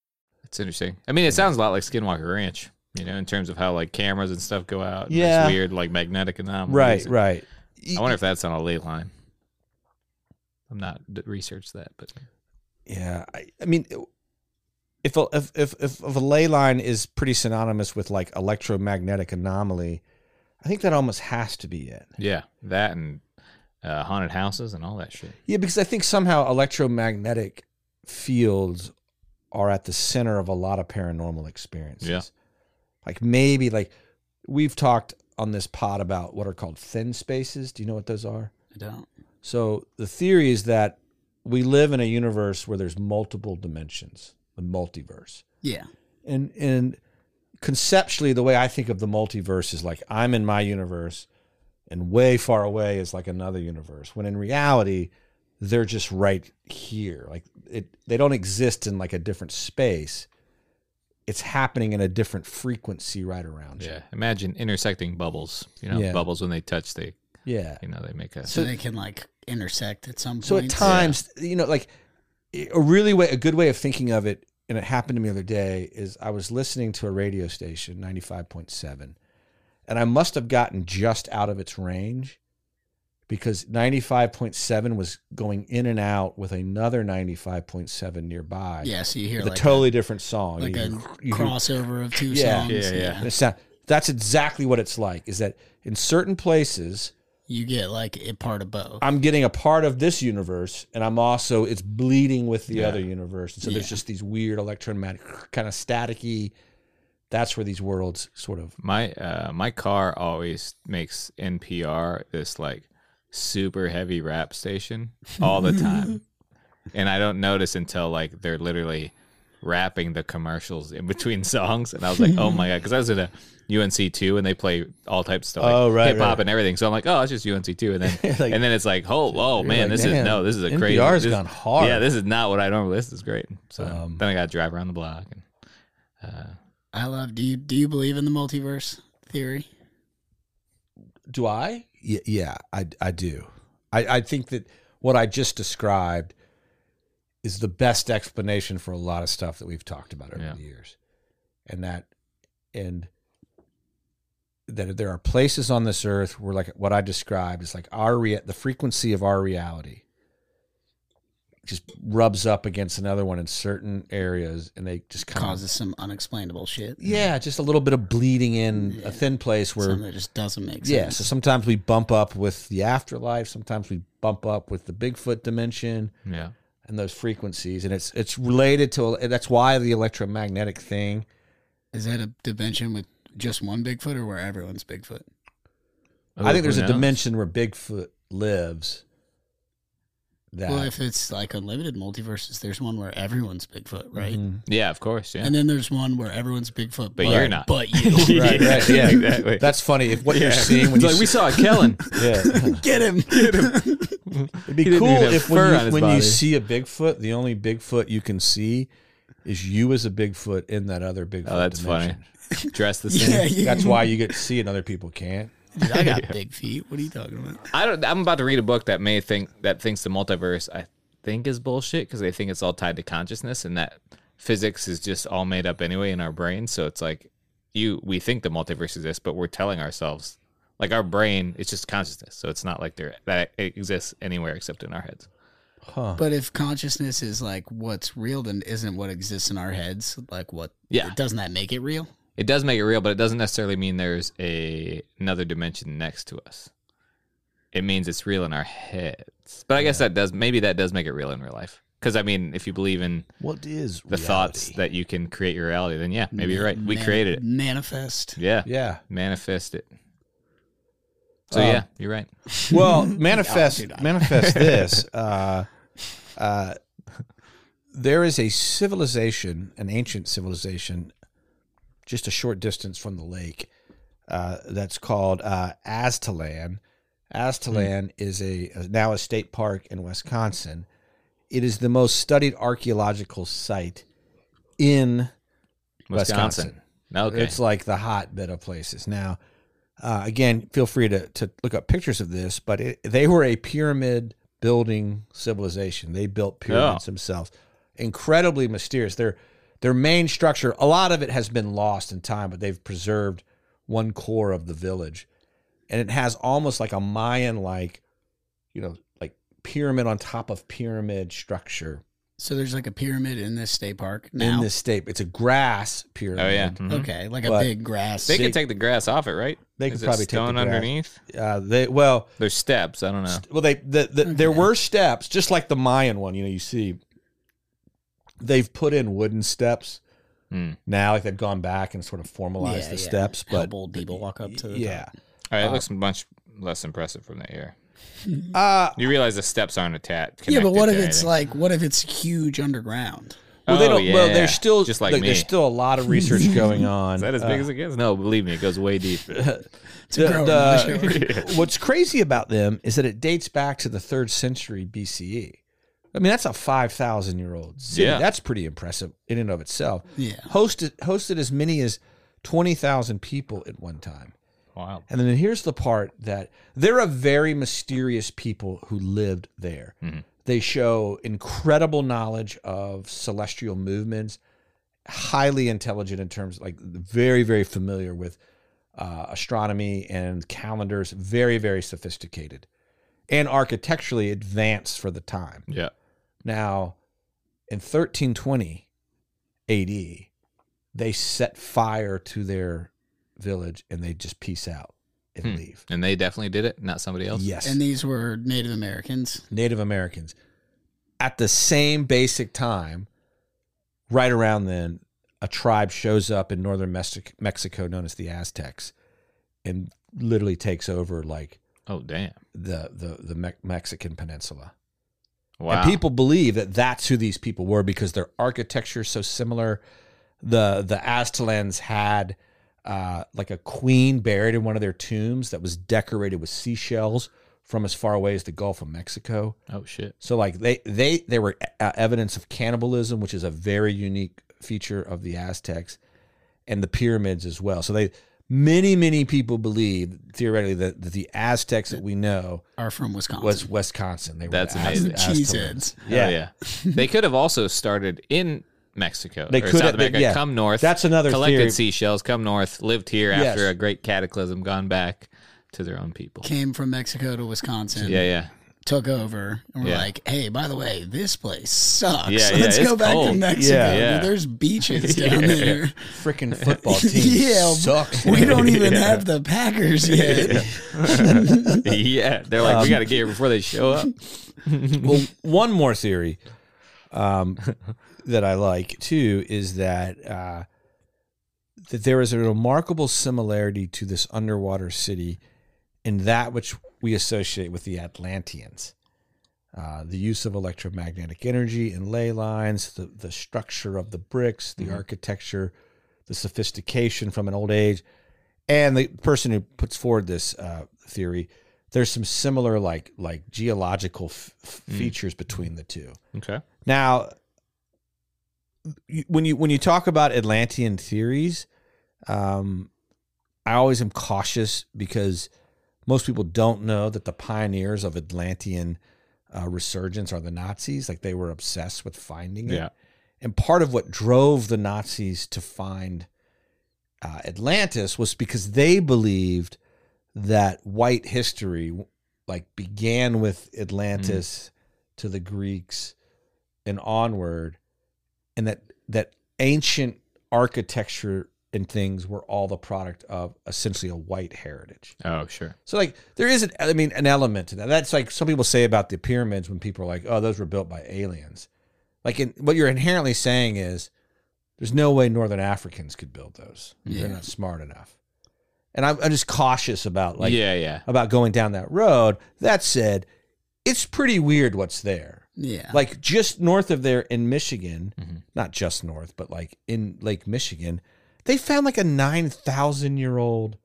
That's interesting. I mean, it sounds a lot like Skinwalker Ranch, you know, in terms of how like cameras and stuff go out. and there's
Yeah.
weird like magnetic anomalies.
right
And-
right.
I wonder if that's on a ley line. I'm not d- researched that, but
Yeah, I, I mean, if a, if if if if a ley line is pretty synonymous with like electromagnetic anomaly, I think that almost has to be it.
yeah, that and uh, haunted houses and all that shit.
Yeah, because I think somehow electromagnetic fields are at the center of a lot of paranormal experiences.
Yeah.
Like maybe like we've talked on this pod about what are called thin spaces. Do you know what those are?
I don't.
So the theory is that we live in a universe where there's multiple dimensions, the multiverse.
Yeah.
and and conceptually the way i think of the multiverse is like i'm in my universe and way far away is like another universe when in reality they're just right here like it they don't exist in like a different space it's happening in a different frequency right around
Yeah, imagine intersecting bubbles. You know,
Yeah.
bubbles when they touch, they
you yeah
you know they make a
So, they can like intersect at some point.
So at times, you know, like a really way, a good way of thinking of it, and it happened to me the other day, is I was listening to a radio station, 95.7, and I must have gotten just out of its range because 95.7 was going in and out with another 95.7 nearby.
Yeah. So you hear
With a
like
totally different song.
like
You-
a
you-
crossover of two
Yeah.
songs.
Yeah, yeah.
and it's not- that's exactly what it's like is that in certain places,
You get like a part of both.
I'm getting a part of this universe, and I'm also it's bleeding with the
Yeah.
other universe, and so there's
Yeah.
just these weird electromagnetic kind of staticky. That's where these worlds sort of.
My uh my car always makes NPR this like super heavy rap station all the time. and I don't notice until like they're literally rapping the commercials in between songs and I was like, "Oh my god, cuz I was at a UNC2 and they play all types of stuff like
Oh, right,
hip hop
right.
and everything." So I'm like, "Oh, it's just UNC2." And then
Like-
and then it's like, "Oh, oh man,
like,
this
"Damn,
is no, this is a crazy
NPR's
this-
gone hard."
Yeah, this is not what I normally this is great. So
Um,
then I got to drive around the block and uh,
I love. Do you do you believe in the multiverse theory?
Do I? Yeah, yeah I I do. I I think that what I just described is the best explanation for a lot of stuff that we've talked about over
Yeah.
the years. And that and that there are places on this earth where like what I described is like our rea- the frequency of our reality just rubs up against another one in certain areas and they just kind of
Causes some unexplainable shit.
yeah, just a little bit of bleeding in a thin place where
Something that just doesn't make sense.
yeah, so sometimes we bump up with the afterlife, sometimes we bump up with the Bigfoot dimension
Yeah.
and those frequencies and it's it's related to that's why the electromagnetic thing
Is that a dimension with just one Bigfoot or where everyone's Bigfoot?
i
Who-
think there's
who
a
knows?
dimension where bigfoot lives that
Well, if it's like unlimited multiverses, there's one where everyone's Bigfoot, right?
Mhm.
Yeah, of course. Yeah.
And then there's one where everyone's Bigfoot, but,
you're not.
But you
right right yeah
Exactly.
that's funny if what you're
Yeah.
seeing when
It's
you
like we
see-
saw a Kellen.
yeah
get him.
it'd
He
be
didn't
cool
even have
if when,
fur on
you,
his
when you
body.
see a bigfoot the only bigfoot you can see is you as a bigfoot in that other bigfoot
oh, that's
dimension.
funny. Dress the same.
yeah, yeah.
that's why you get to see it and other people can't
Dude, I got big feet. What are you talking about?
I don't. I'm about to read a book that may think that thinks the multiverse I think is bullshit because they think it's all tied to consciousness and that physics is just all made up anyway in our brain. So it's like you we think the multiverse exists, but we're telling ourselves like our brain it's just consciousness. So it's not like there that it exists anywhere except in our heads.
huh
But if consciousness is like what's real, then isn't what exists in our heads like what?
Yeah.
doesn't that make it real?
It does make it real, but it doesn't necessarily mean there's a another dimension next to us. It means it's real in our heads. But I guess that does maybe that does make it real in real life. Because I mean, if you believe in
what is
the thoughts
reality?
that you can create your reality, then yeah, maybe you're right. We
Man-
created it.
Manifest.
Yeah.
yeah
Manifest it. So
Um,
yeah, you're right.
Well, manifest
No, dude, I-
manifest this. Uh, uh, there is a civilization, an ancient civilization, just a short distance from the lake, uh, that's called uh, Aztalan. Aztalan is a now a state park in Wisconsin. It is the most studied archaeological site in Wisconsin.
Wisconsin. Okay.
It's like the hotbed of places. Now, uh, again, feel free to, to look up pictures of this, but it, they were a pyramid building civilization. They built pyramids themselves. Incredibly mysterious. Their their main structure, a lot of it has been lost in time, but they've preserved one core of the village. And it has almost like a Mayan like, you know, like pyramid on top of pyramid structure
So there's like a pyramid in this state park now.
in this state. It's a grass pyramid.
oh yeah. Mhm.
okay, like a
But-
big grass.
They could take the grass off it, right?
They
Is
could
it
probably take the
stone
grass.
underneath.
Uh, they well,
There's steps. I don't know.
Well, they the, the, there
Okay.
were steps, just like the Mayan one. You know, you see, they've put in wooden steps
Hmm.
now, like they've gone back and sort of formalized
Yeah,
the
yeah.
steps.
How
But
bold people walk up to the
yeah,
top.
All right, it
Uh,
looks much less impressive from the air.
uh,
You realize the steps aren't attached.
Yeah, but what if
connected to
it's
anything.
like what if it's huge underground?
well, they
Oh,
don't. Well,
yeah.
there's still
just like
like,
me.
there's still a lot of research going on. Uh,
Is that as big as it gets? No, believe me, it goes way deep.
It's a
The-
growing
the-
mushroom.
What's crazy about them is that it dates back to the third century BCE. I mean, that's a five thousand year old city.
Yeah.
That's pretty impressive in and of itself.
Yeah.
hosted hosted as many as twenty thousand people at one time.
wow.
And then here's the part that they're a very mysterious people who lived there. They show incredible knowledge of celestial movements, highly intelligent in terms like very very familiar with uh, astronomy and calendars, very very sophisticated, and architecturally advanced for the time.
Yeah.
Now, in 1320 AD, they set fire to their village and they just peace out and
Hmm.
leave.
And they definitely did it, not somebody else.
Yes.
And these were Native Americans.
Native Americans. At the same basic time, right around then, a tribe shows up in northern Mexic- Mexico known as the Aztecs and literally takes over like
Oh damn.
the the the Me- Mexican peninsula.
Wow.
And people believe that that's who these people were because their architecture is so similar. The the Aztalans had uh, like a queen buried in one of their tombs that was decorated with seashells from as far away as the Gulf of Mexico.
oh shit.
So like they they they were uh, evidence of cannibalism, which is a very unique feature of the Aztecs, and the pyramids as well. So they many, many people believe theoretically that, that the Aztecs that we know
Are from Wisconsin.
was Wisconsin. They were
That's
the Az-
amazing.
Aztolans.
Cheeseheads.
Yeah, Oh, yeah. they could have also started in Mexico.
They
or
could
South
have- they-
America,
yeah.
come north.
That's another
collected
theory.
seashells, come north, lived here
Yes.
after a great cataclysm, gone back to their own people.
Came from Mexico to Wisconsin.
Yeah, yeah.
Took over. And we're
Yeah.
like, hey, by the way, this place sucks.
Yeah, yeah,
Let's go
it's
back
cold.
to Mexico.
Yeah,
dude.
yeah.
There's beaches down
Yeah.
there.
Freaking football team
Yeah,
sucks.
We don't even have the Packers yet.
yeah. They're like, we
Um,
got to get here before they show up.
well, one more theory um, that I like too is that uh, that there is a remarkable similarity to this underwater city in that which we associate with the Atlanteans. Uh, the use of electromagnetic energy and ley lines, the, the structure of the bricks,
Mm-hmm.
the architecture, the sophistication from an old age, and the person who puts forward this uh, theory, there's some similar like like geological f- f- features between the two.
Okay.
Now, you- when you when you talk about Atlantean theories, um, I always am cautious because most people don't know that the pioneers of Atlantean uh, resurgence are the Nazis. Like they were obsessed with finding it
Yeah.
and part of what drove the Nazis to find uh, Atlantis was because they believed that white history like began with Atlantis to the Greeks and onward, and that that ancient architecture and things were all the product of essentially a white heritage.
Oh, sure.
So like there is an I mean an element to that. That's like some people say about the pyramids when people are like, "Oh, those were built by aliens." Like in, what you're inherently saying is there's no way northern Africans could build those.
Yeah.
They're not smart enough. And I'm, I'm just cautious about like
yeah, yeah.
about going down that road. That said, it's pretty weird what's there.
Yeah.
Like just north of there in Michigan,
Mhm.
not just north, but like in Lake Michigan, they found like a 9,000 year old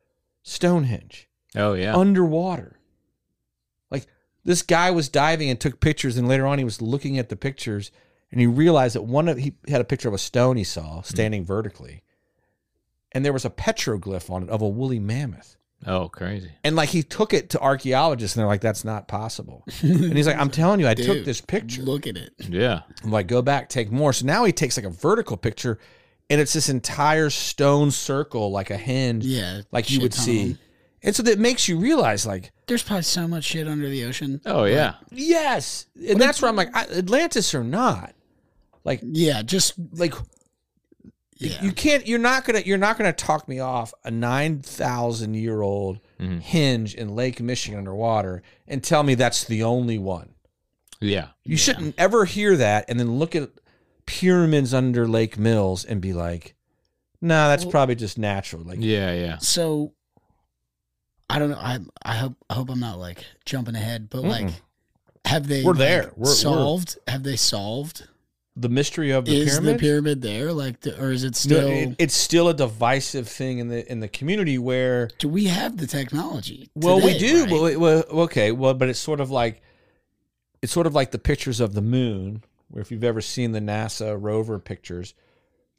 Stonehenge
Oh, yeah.
underwater. Like this guy was diving and took pictures, and later on he was looking at the pictures and he realized that one of he had a picture of a stone he saw standing vertically, and there was a petroglyph on it of a woolly mammoth.
Oh, crazy.
And like he took it to archaeologists, and they're like, "That's not possible." And he's like, "I'm telling you, I took
Dude,
this picture."
Look at it.
Yeah.
I'm like, "Go back, take more." So now he takes like a vertical picture, and it's this entire stone circle, like a hinge,
Yeah.
like you
shit
would
ton of
see.
them.
And so that makes you realize, like,
There's probably so much shit under the ocean.
Oh, yeah.
Yes, and that's where I'm like I, Atlantis or not, like
Yeah, just
like
yeah.
you can't. You're not gonna you're not gonna talk me off a nine thousand year old
Mhm.
hinge in Lake Michigan underwater and tell me that's the only one.
Yeah.
You shouldn't ever hear that and then look at pyramids under Lake Mills and be like, nah, that's probably just natural. Like
Yeah, yeah.
so I don't know. I I hope I hope I'm not like jumping ahead, but like
Mm-mm.
have they
We're
like,
there. We're- we're-
solved? have they solved?
the mystery of the
is
pyramid.
the pyramid there? Like the, or is
No,
it still
it- it's still a divisive thing in the in the community where
do we have the technology?
Well, we
today,
do.
right?
Well, it- well, okay. Well, but it's sort of like it's sort of like the pictures of the moon. Where if you've ever seen the NASA rover pictures,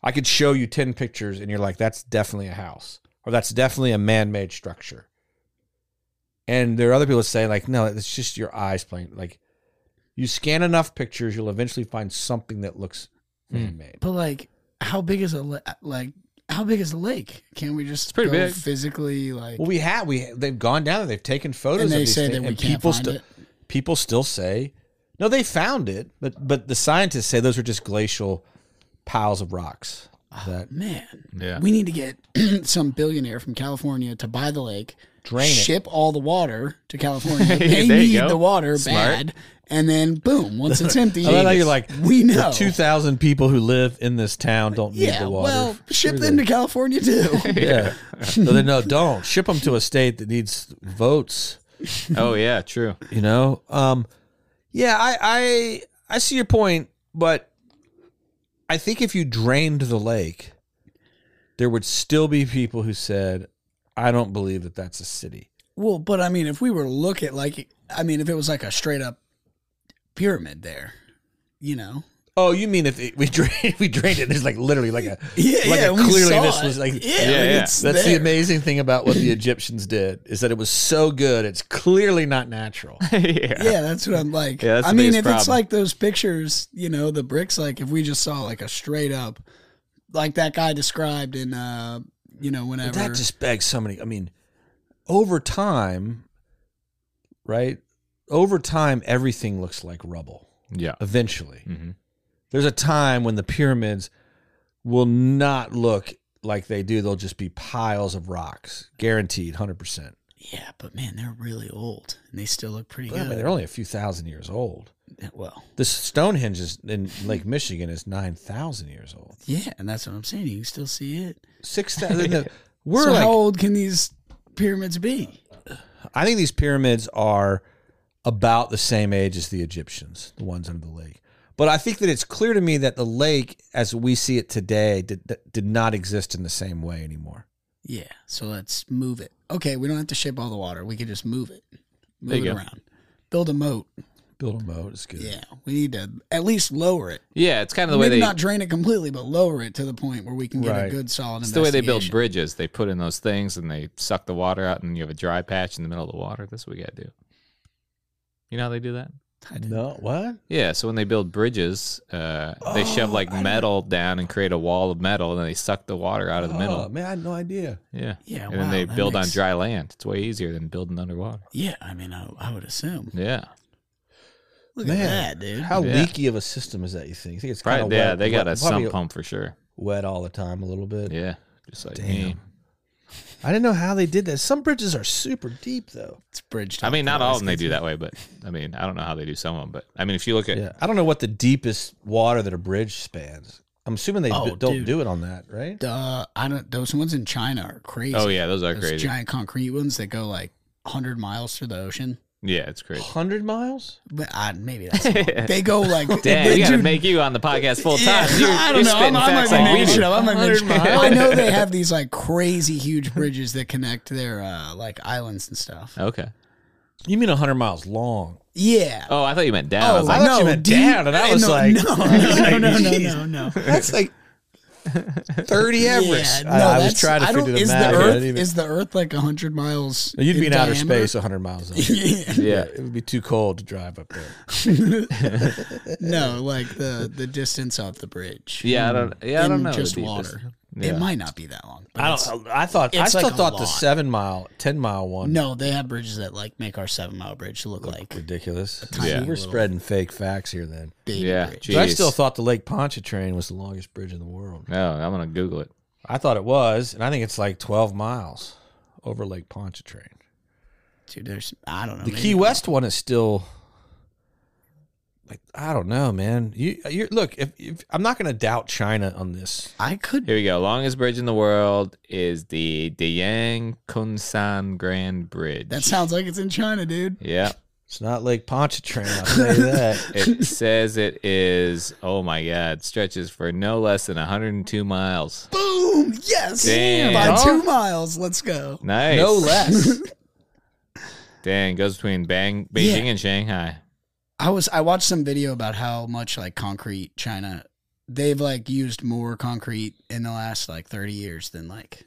I could show you ten pictures, and you're like, "That's definitely a house, or that's definitely a man-made structure." And there are other people that say, like, "No, it's just your eyes playing." Like, you scan enough pictures, you'll eventually find something that looks
Hmm.
man-made.
But like, how big is a la- like? How big is the lake? Can we just
pretty
go
big.
physically like?
Well, we have we they've gone down there, they've taken photos,
and
of
they
these
say
things,
that we
and
can't
people
find
still-
it.
people still say no they found it but but the scientists say those are just glacial piles of rocks that
Man,
Yeah.
we need to get some billionaire from California to buy the lake,
Drain it.
ship all the water to California. they
There you
need
go.
the water
Smart.
bad, and then boom, once it's empty,
I love how you're like
we know.
the 2000 people who live in this town don't need
yeah,
the water
well, ship
Screw
them to
that.
California too.
yeah no, they, no don't ship them to a state that needs votes
Oh, yeah. True.
you know um yeah i i i see your point but i think if you drained the lake there would still be people who said i don't believe that that's a city
well, but I mean, if we were to look at like, I mean, if it was like a straight up pyramid there, you know,
Oh, you mean if it, we drained we drained it? There's like literally like a like a
we
clearly
saw
this
it.
was like
yeah,
Yeah,
like,
yeah.
It's
That's the
there.
amazing thing about what the Egyptians did is that it was so good. It's clearly not natural.
yeah.
Yeah, that's what I'm like.
Yeah, that's
I
the
mean,
biggest
if it's
problem.
like those pictures, you know, the bricks, like if we just saw like a straight up, like that guy described in, uh, you know, whenever.
That just begs so many. I mean, over time, right? Over time, everything looks like rubble.
Yeah.
Eventually,
hmm
there's a time when the pyramids will not look like they do. They'll just be piles of rocks, guaranteed, hundred percent.
yeah, but man, they're really old and they still look pretty
I
good.
mean, they're only a few thousand years old.
well,
This Stonehenge is in Lake Michigan is nine thousand years old.
yeah, and that's what I'm saying. You can still see it.
Six thousand. We're
We're so
like
how old can these pyramids be?
I think these pyramids are about the same age as the Egyptians, the ones under the lake. But I think that it's clear to me that the lake, as we see it today, did, did not exist in the same way anymore.
Yeah, so let's move it. Okay, we don't have to ship all the water. We could just move it, move
There
it
you go.
around, build a moat.
Build a moat is good.
Yeah, we need to at least lower it.
Yeah. It's kind of the way
Maybe
they.
not drain it completely, but lower it to the point where we can get
Right.
a good solid.
It's the way they build
investigation.
bridges. They put in those things and they suck the water out, and you have a dry patch in the middle of the water. That's what we got to do. You know how they do that?
I didn't-
No, what?
Yeah. So when they build bridges, uh, they shove like metal down and create a wall of metal, and then they suck the water out of the
Oh,
middle.
man, I had no idea.
Yeah.
Yeah,
And
wow,
then they
that
build on
makes-
dry land. It's way easier than building underwater.
Yeah, I mean, I, I would assume.
Yeah.
Look
Man,
at that, dude.
How
Yeah.
leaky of a system is that? You think? You think it's kind of
Probably, yeah,
wet,
they got
wet-
a sump
probably
pump for sure.
wet all the time a little bit.
Yeah, just like
Damn.
me.
I didn't know how they did that. Some bridges are super deep though.
it's bridged.
I
up
mean,
to
not all of them
Alaska.
they do that way, but I mean, I don't know how they do some of them. But I mean, if you look at
Yeah, I don't know what the deepest water that a bridge spans. I'm assuming they
Oh,
d- don't
dude.
do it on that, right?
Duh, uh, I don't. Those ones in China are crazy.
oh yeah, those are
those
crazy.
giant concrete ones that go like hundred miles through the ocean.
Yeah, it's crazy.
Hundred miles?
But I, maybe that's they go like
Damn,
they
we gotta
do-
make you on the podcast full time.
Yeah,
You're,
I
you're
don't know.
spitting
I'm, I
facts
might be
like we
making
do.
shit up. I might be making shit up.
100
I know
miles.
they have these like crazy huge bridges that connect their uh, like islands and stuff.
Okay.
You mean hundred miles long?
Yeah.
Oh, I thought you meant down. I was
I
like,
thought you meant down, and I was
no,
like-
no, no, no, no, no, no, no.
That's like thirty Everest.
Yeah,
I- I, was
that's-
trying to
I don't-
figure the
is
math.
The
out. I
Earth,
didn't even-
Is the Earth like hundred miles?
you'd
in
be in outer
diameter?
space, hundred miles. Up.
yeah.
yeah.
It would be too cold to drive up there.
No, like the the distance off the bridge.
Yeah, I don't. Yeah, I
In
don't know. the
Just
deepest.
water.
Yeah.
It might not be that long. but
I
it's-
don't. I thought. I
it's
still
like a
thought the
lot.
seven mile, ten mile one.
No, they have bridges that like make our seven mile bridge look like
ridiculous.
tiny
We're
little-
spreading fake facts here. Then
baby
Yeah.
bridge.
But I
Jeez.
still thought the Lake Pontchartrain was the longest bridge in the world.
No, I'm gonna Google it.
I thought it was, and I think it's like twelve miles over Lake Pontchartrain.
Dude, there's I don't know.
The
maybe-
Key West one is still like I don't know, man. You you look, if, if I'm not going to doubt China on this.
I could
Here we go. Longest bridge in the world is the Diang Kunsan Grand Bridge.
That sounds like it's in China, dude.
Yeah.
It's not Lake Pontchartrain, I'll tell you that.
It says it is. Oh my God! Stretches for no less than 102 miles.
Boom! Yes!
Damn.
By
Huh?
two miles. Let's go.
Nice.
No less.
Dang, goes between Bang,
Yeah.
Beijing and Shanghai.
I was I watched some video about how much like concrete China they've like used more concrete in the last like thirty years than like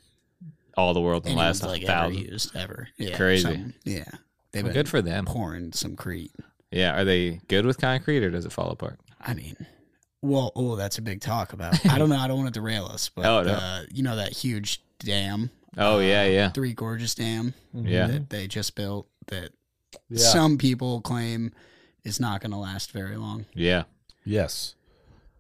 All the world in the
anyone's
last
like ever
thousand.
used ever. Yeah.
Crazy.
something. Yeah. They've been
Good for them.
pouring some crete.
Yeah. Are they good with concrete or does it fall apart?
I mean, well, oh, that's a big talk about. I don't know. I don't want to derail us, but
Oh, no.
uh, you know that huge dam,
Oh yeah, yeah,
Three Gorges Dam
yeah.
that they just built that
Yeah.
some people claim is not going to last very long
Yeah.
yes.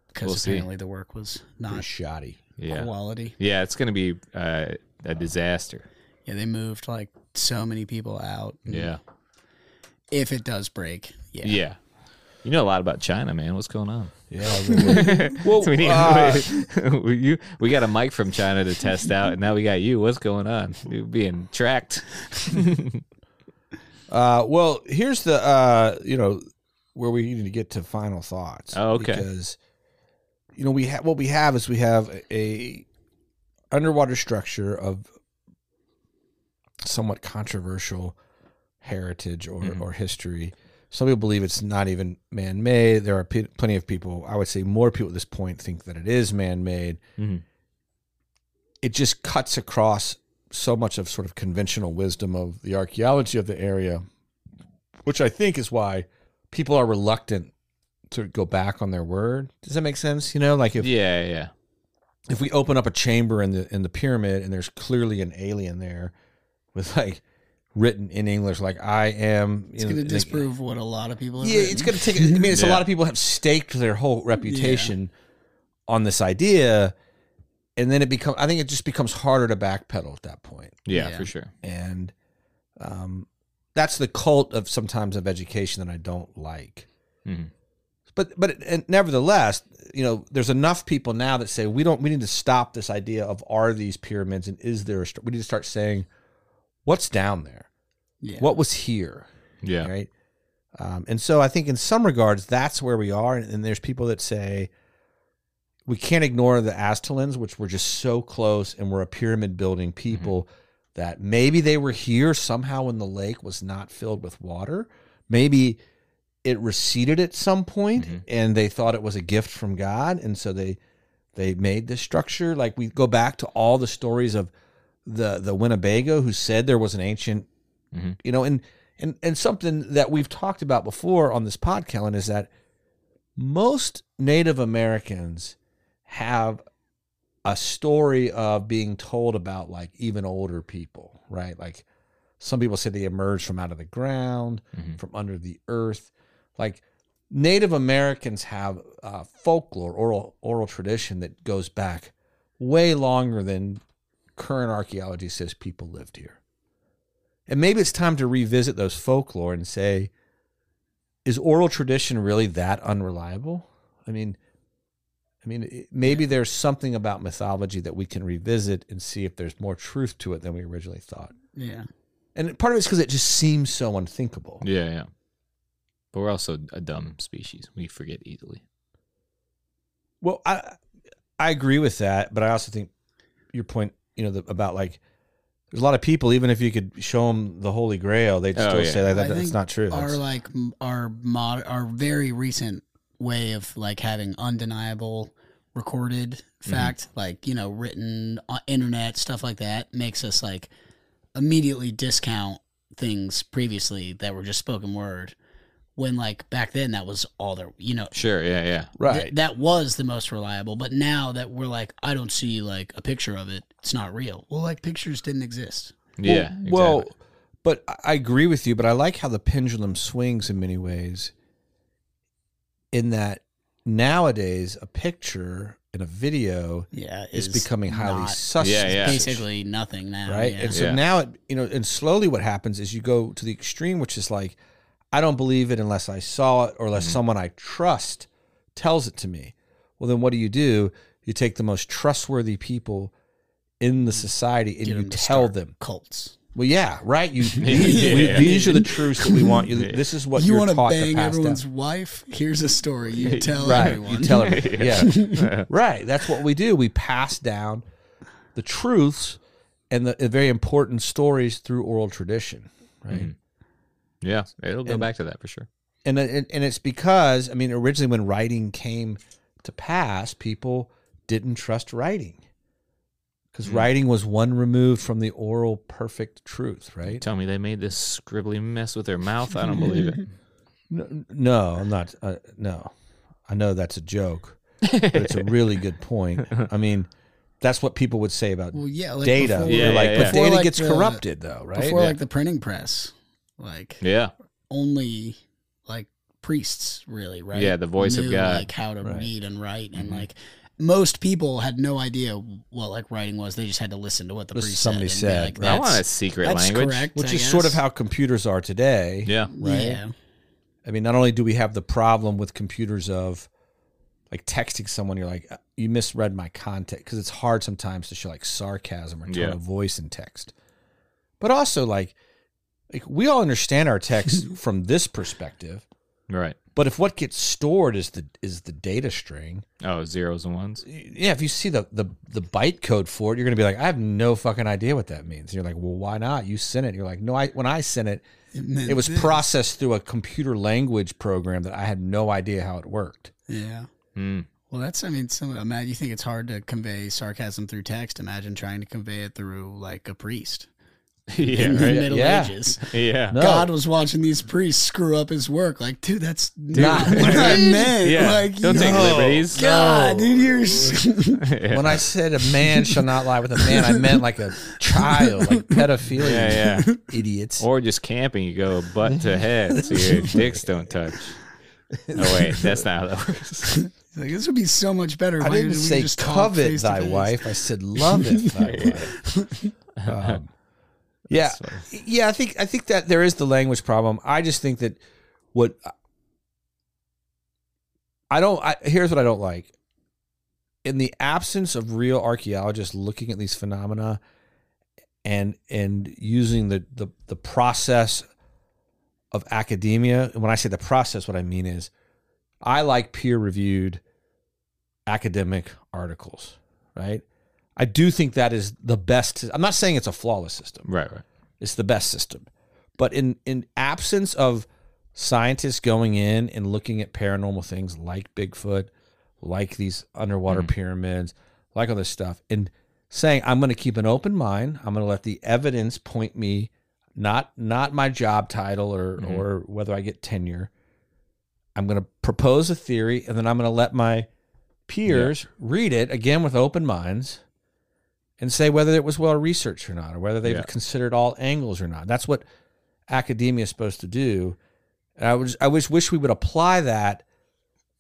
because
We'll see.
apparently the work was
Pretty
not
shoddy.
Yeah.
quality.
Yeah. It's gonna be uh, a disaster.
Yeah, they moved like so many people out. and
Yeah.
If it does break, yeah.
Yeah. You know a lot about China, man. What's going on?
Yeah. really.
Well, we, need,
uh,
we- you, we got a mic from China to test out, and now we got you. What's going on? You're being tracked.
uh, well, here's the uh, you know where we need to get to final thoughts.
Oh, okay.
Because you know we have what we have is we have a underwater structure of somewhat controversial heritage or,
Mhm.
or history Some people believe it's not even man made. There are pe- plenty of people, I would say more people at this point, think that it is man made.
Mm-hmm.
Mhm.
It just cuts across so much of sort of conventional wisdom of the archaeology of the area, which I think is why people are reluctant to go back on their word. Does that make sense? You know, like if
Yeah, yeah.
if we open up a chamber in the in the pyramid and there's clearly an alien there with like written in English like I am
It's going to disprove what a lot of people. Have
yeah, it's going to take I mean it's a
Yeah.
lot of people have staked their whole reputation on this idea and then it become I think it just becomes harder to backpedal at that point
Yeah,
Yeah.
for sure.
and um that's the cult of sometimes of education that I don't like
Mhm.
but but it- and nevertheless, you know, there's enough people now that say we don't. We need to stop this idea of are these pyramids and is there? A, stru- we need to start saying what's down there,
Yeah.
what was here,
Yeah.
right? Um, and so I think in some regards that's where we are. And, and there's people that say we can't ignore the Aztalans, which were just so close and were a pyramid building people. That maybe they were here somehow when the lake was not filled with water. Maybe it receded at some point
Mhm.
and they thought it was a gift from God and so they they made this structure like we go back to all the stories of the the Winnebago who said there was an ancient
Mhm.
you know and and and something that we've talked about before on this podcast Kellen, is that most Native Americans have a story of being told about like even older people right like some people say they emerged from out of the ground
Mhm.
from under the earth like native americans have uh, folklore oral oral tradition that goes back way longer than current archaeology says people lived here and maybe it's time to revisit those folklore and say is oral tradition really that unreliable i mean i mean it- maybe there's something about mythology that we can revisit and see if there's more truth to it than we originally thought
Yeah.
and part of it's because it just seems so unthinkable.
Yeah, yeah. But we're also a dumb species. We forget easily.
Well, I I agree with that, but I also think your point, you know, the, about like there's a lot of people. Even if you could show them the Holy Grail, they would
Oh,
still
yeah.
say that,
I
that that's
think
not true.
Our
That's-
like m- our mod our very recent way of like having undeniable recorded fact, like you know written uh, internet stuff like that, makes us like immediately discount things previously that were just spoken word. When like back then that was all there, you know,
Sure, yeah, yeah.
right.
th- that was the most reliable. But now that we're like, I don't see like a picture of it. It's not real. Well, like pictures didn't exist.
yeah. Exactly.
Well, well, but I- I agree with you, but I like how the pendulum swings in many ways. In that nowadays, a picture and a video
Yeah,
is becoming highly
not-
suspicious.
Yeah, yeah.
basically nothing now.
right?
Oh, Yeah.
And so
Yeah.
now it, you know, and slowly what happens is you go to the extreme, which is like, I don't believe it unless I saw it or unless someone I trust tells it to me. Well, then what do you do? You take the most trustworthy people in the society and
Get
you
'em to
tell
start
them.
cults.
Well, yeah, right. You,
Yeah.
we- these are the truths that we want you. This is what
you
you
want
are
to
taught
bang
to pass
everyone's
down.
wife? Here's a story you tell
Right,
everyone.
you tell everyone. Yeah, right. That's what we do. We pass down the truths and the very important stories through oral tradition. Right.
yeah, it'll go
and-
back to that for sure.
and uh, and, and it's because I mean originally when writing came to pass, people didn't trust writing because writing was one removed from the oral perfect truth, right?
Tell me they made this scribbly mess with their mouth. I don't believe it.
No, no I'm not. Uh, no, I know that's a joke, but it's a really good point. I mean, that's what people would say about
Well, yeah, like
data.
Before,
They're
Yeah,
like,
yeah,
but
yeah.
data
Before, like,
gets
the-
corrupted, though, right?
before
Yeah.
like the printing press, like
Yeah,
only like priests really, right?
Yeah, the voice of
Knew,
God.
like how to
Right.
read and write, and
Mhm.
like most people had no idea what like writing was. They just had to listen to what the
Listen to
priest
somebody
said.
said,
and be
right.
I
like,
want a
that's,
secret
that's
language.
correct.
Which
I
is sort of
guess.
how computers are today.
Yeah,
right?
Yeah.
I mean, not only do we have the problem with computers of like texting someone, you're like, "Uh, you misread my content because it's hard sometimes to show like sarcasm or tone
Yeah.
of voice in text. But also, like, like we all understand our text from this perspective,
right.
But if what gets stored is the is the data string,
Oh, zeros and ones.
yeah, if you see the the the byte code for it, you're gonna be like, I have no fucking idea what that means. And you're like, well, why not? You sent it. You're like, no, I when I sent it, it was processed through a computer language program that I had no idea how it worked.
Yeah.
Hmm.
Well, that's, I mean, some, imagine, you think it's hard to convey sarcasm through text. Imagine trying to convey it through, like, a priest in
yeah,
the
right.
Middle
Yeah.
Ages.
Yeah.
No.
God was watching these priests screw up his work. Like, dude, that's
Not
not what I meant.
Yeah.
Like,
Don't take
no.
liberties.
God, dude, you're s-
yeah.
When I said a man shall not lie with a man, I meant like a child, like pedophilia.
yeah, yeah.
Idiots.
Or just camping, you go butt to head so your dicks don't touch. Oh wait, that's not how that works.
like, this would be so much better.
I
Why
didn't
did we
say
just talk
covet
face to
thy
face?
wife. I said loveth thy wife. Um, yeah, yeah. I think I think that there is the language problem. I just think that what I don't. I, here's what I don't like. In the absence of real archaeologists looking at these phenomena, and and using the the, the process of academia. And when I say the process, what I mean is I like peer reviewed academic articles, right? I do think that is the best. I'm not saying it's a flawless system.
Right, right.
It's the best system. But in in absence of scientists going in and looking at paranormal things like Bigfoot, like these underwater pyramids, like all this stuff, and saying I'm going to keep an open mind, I'm going to let the evidence point me, not not my job title or
Mhm.
or whether I get tenure. I'm going to propose a theory, and then I'm going to let my peers read it again with open minds and say whether it was well researched or not, or whether they've
Yeah.
considered all angles or not. That's what academia is supposed to do. And I was I wish wish we would apply that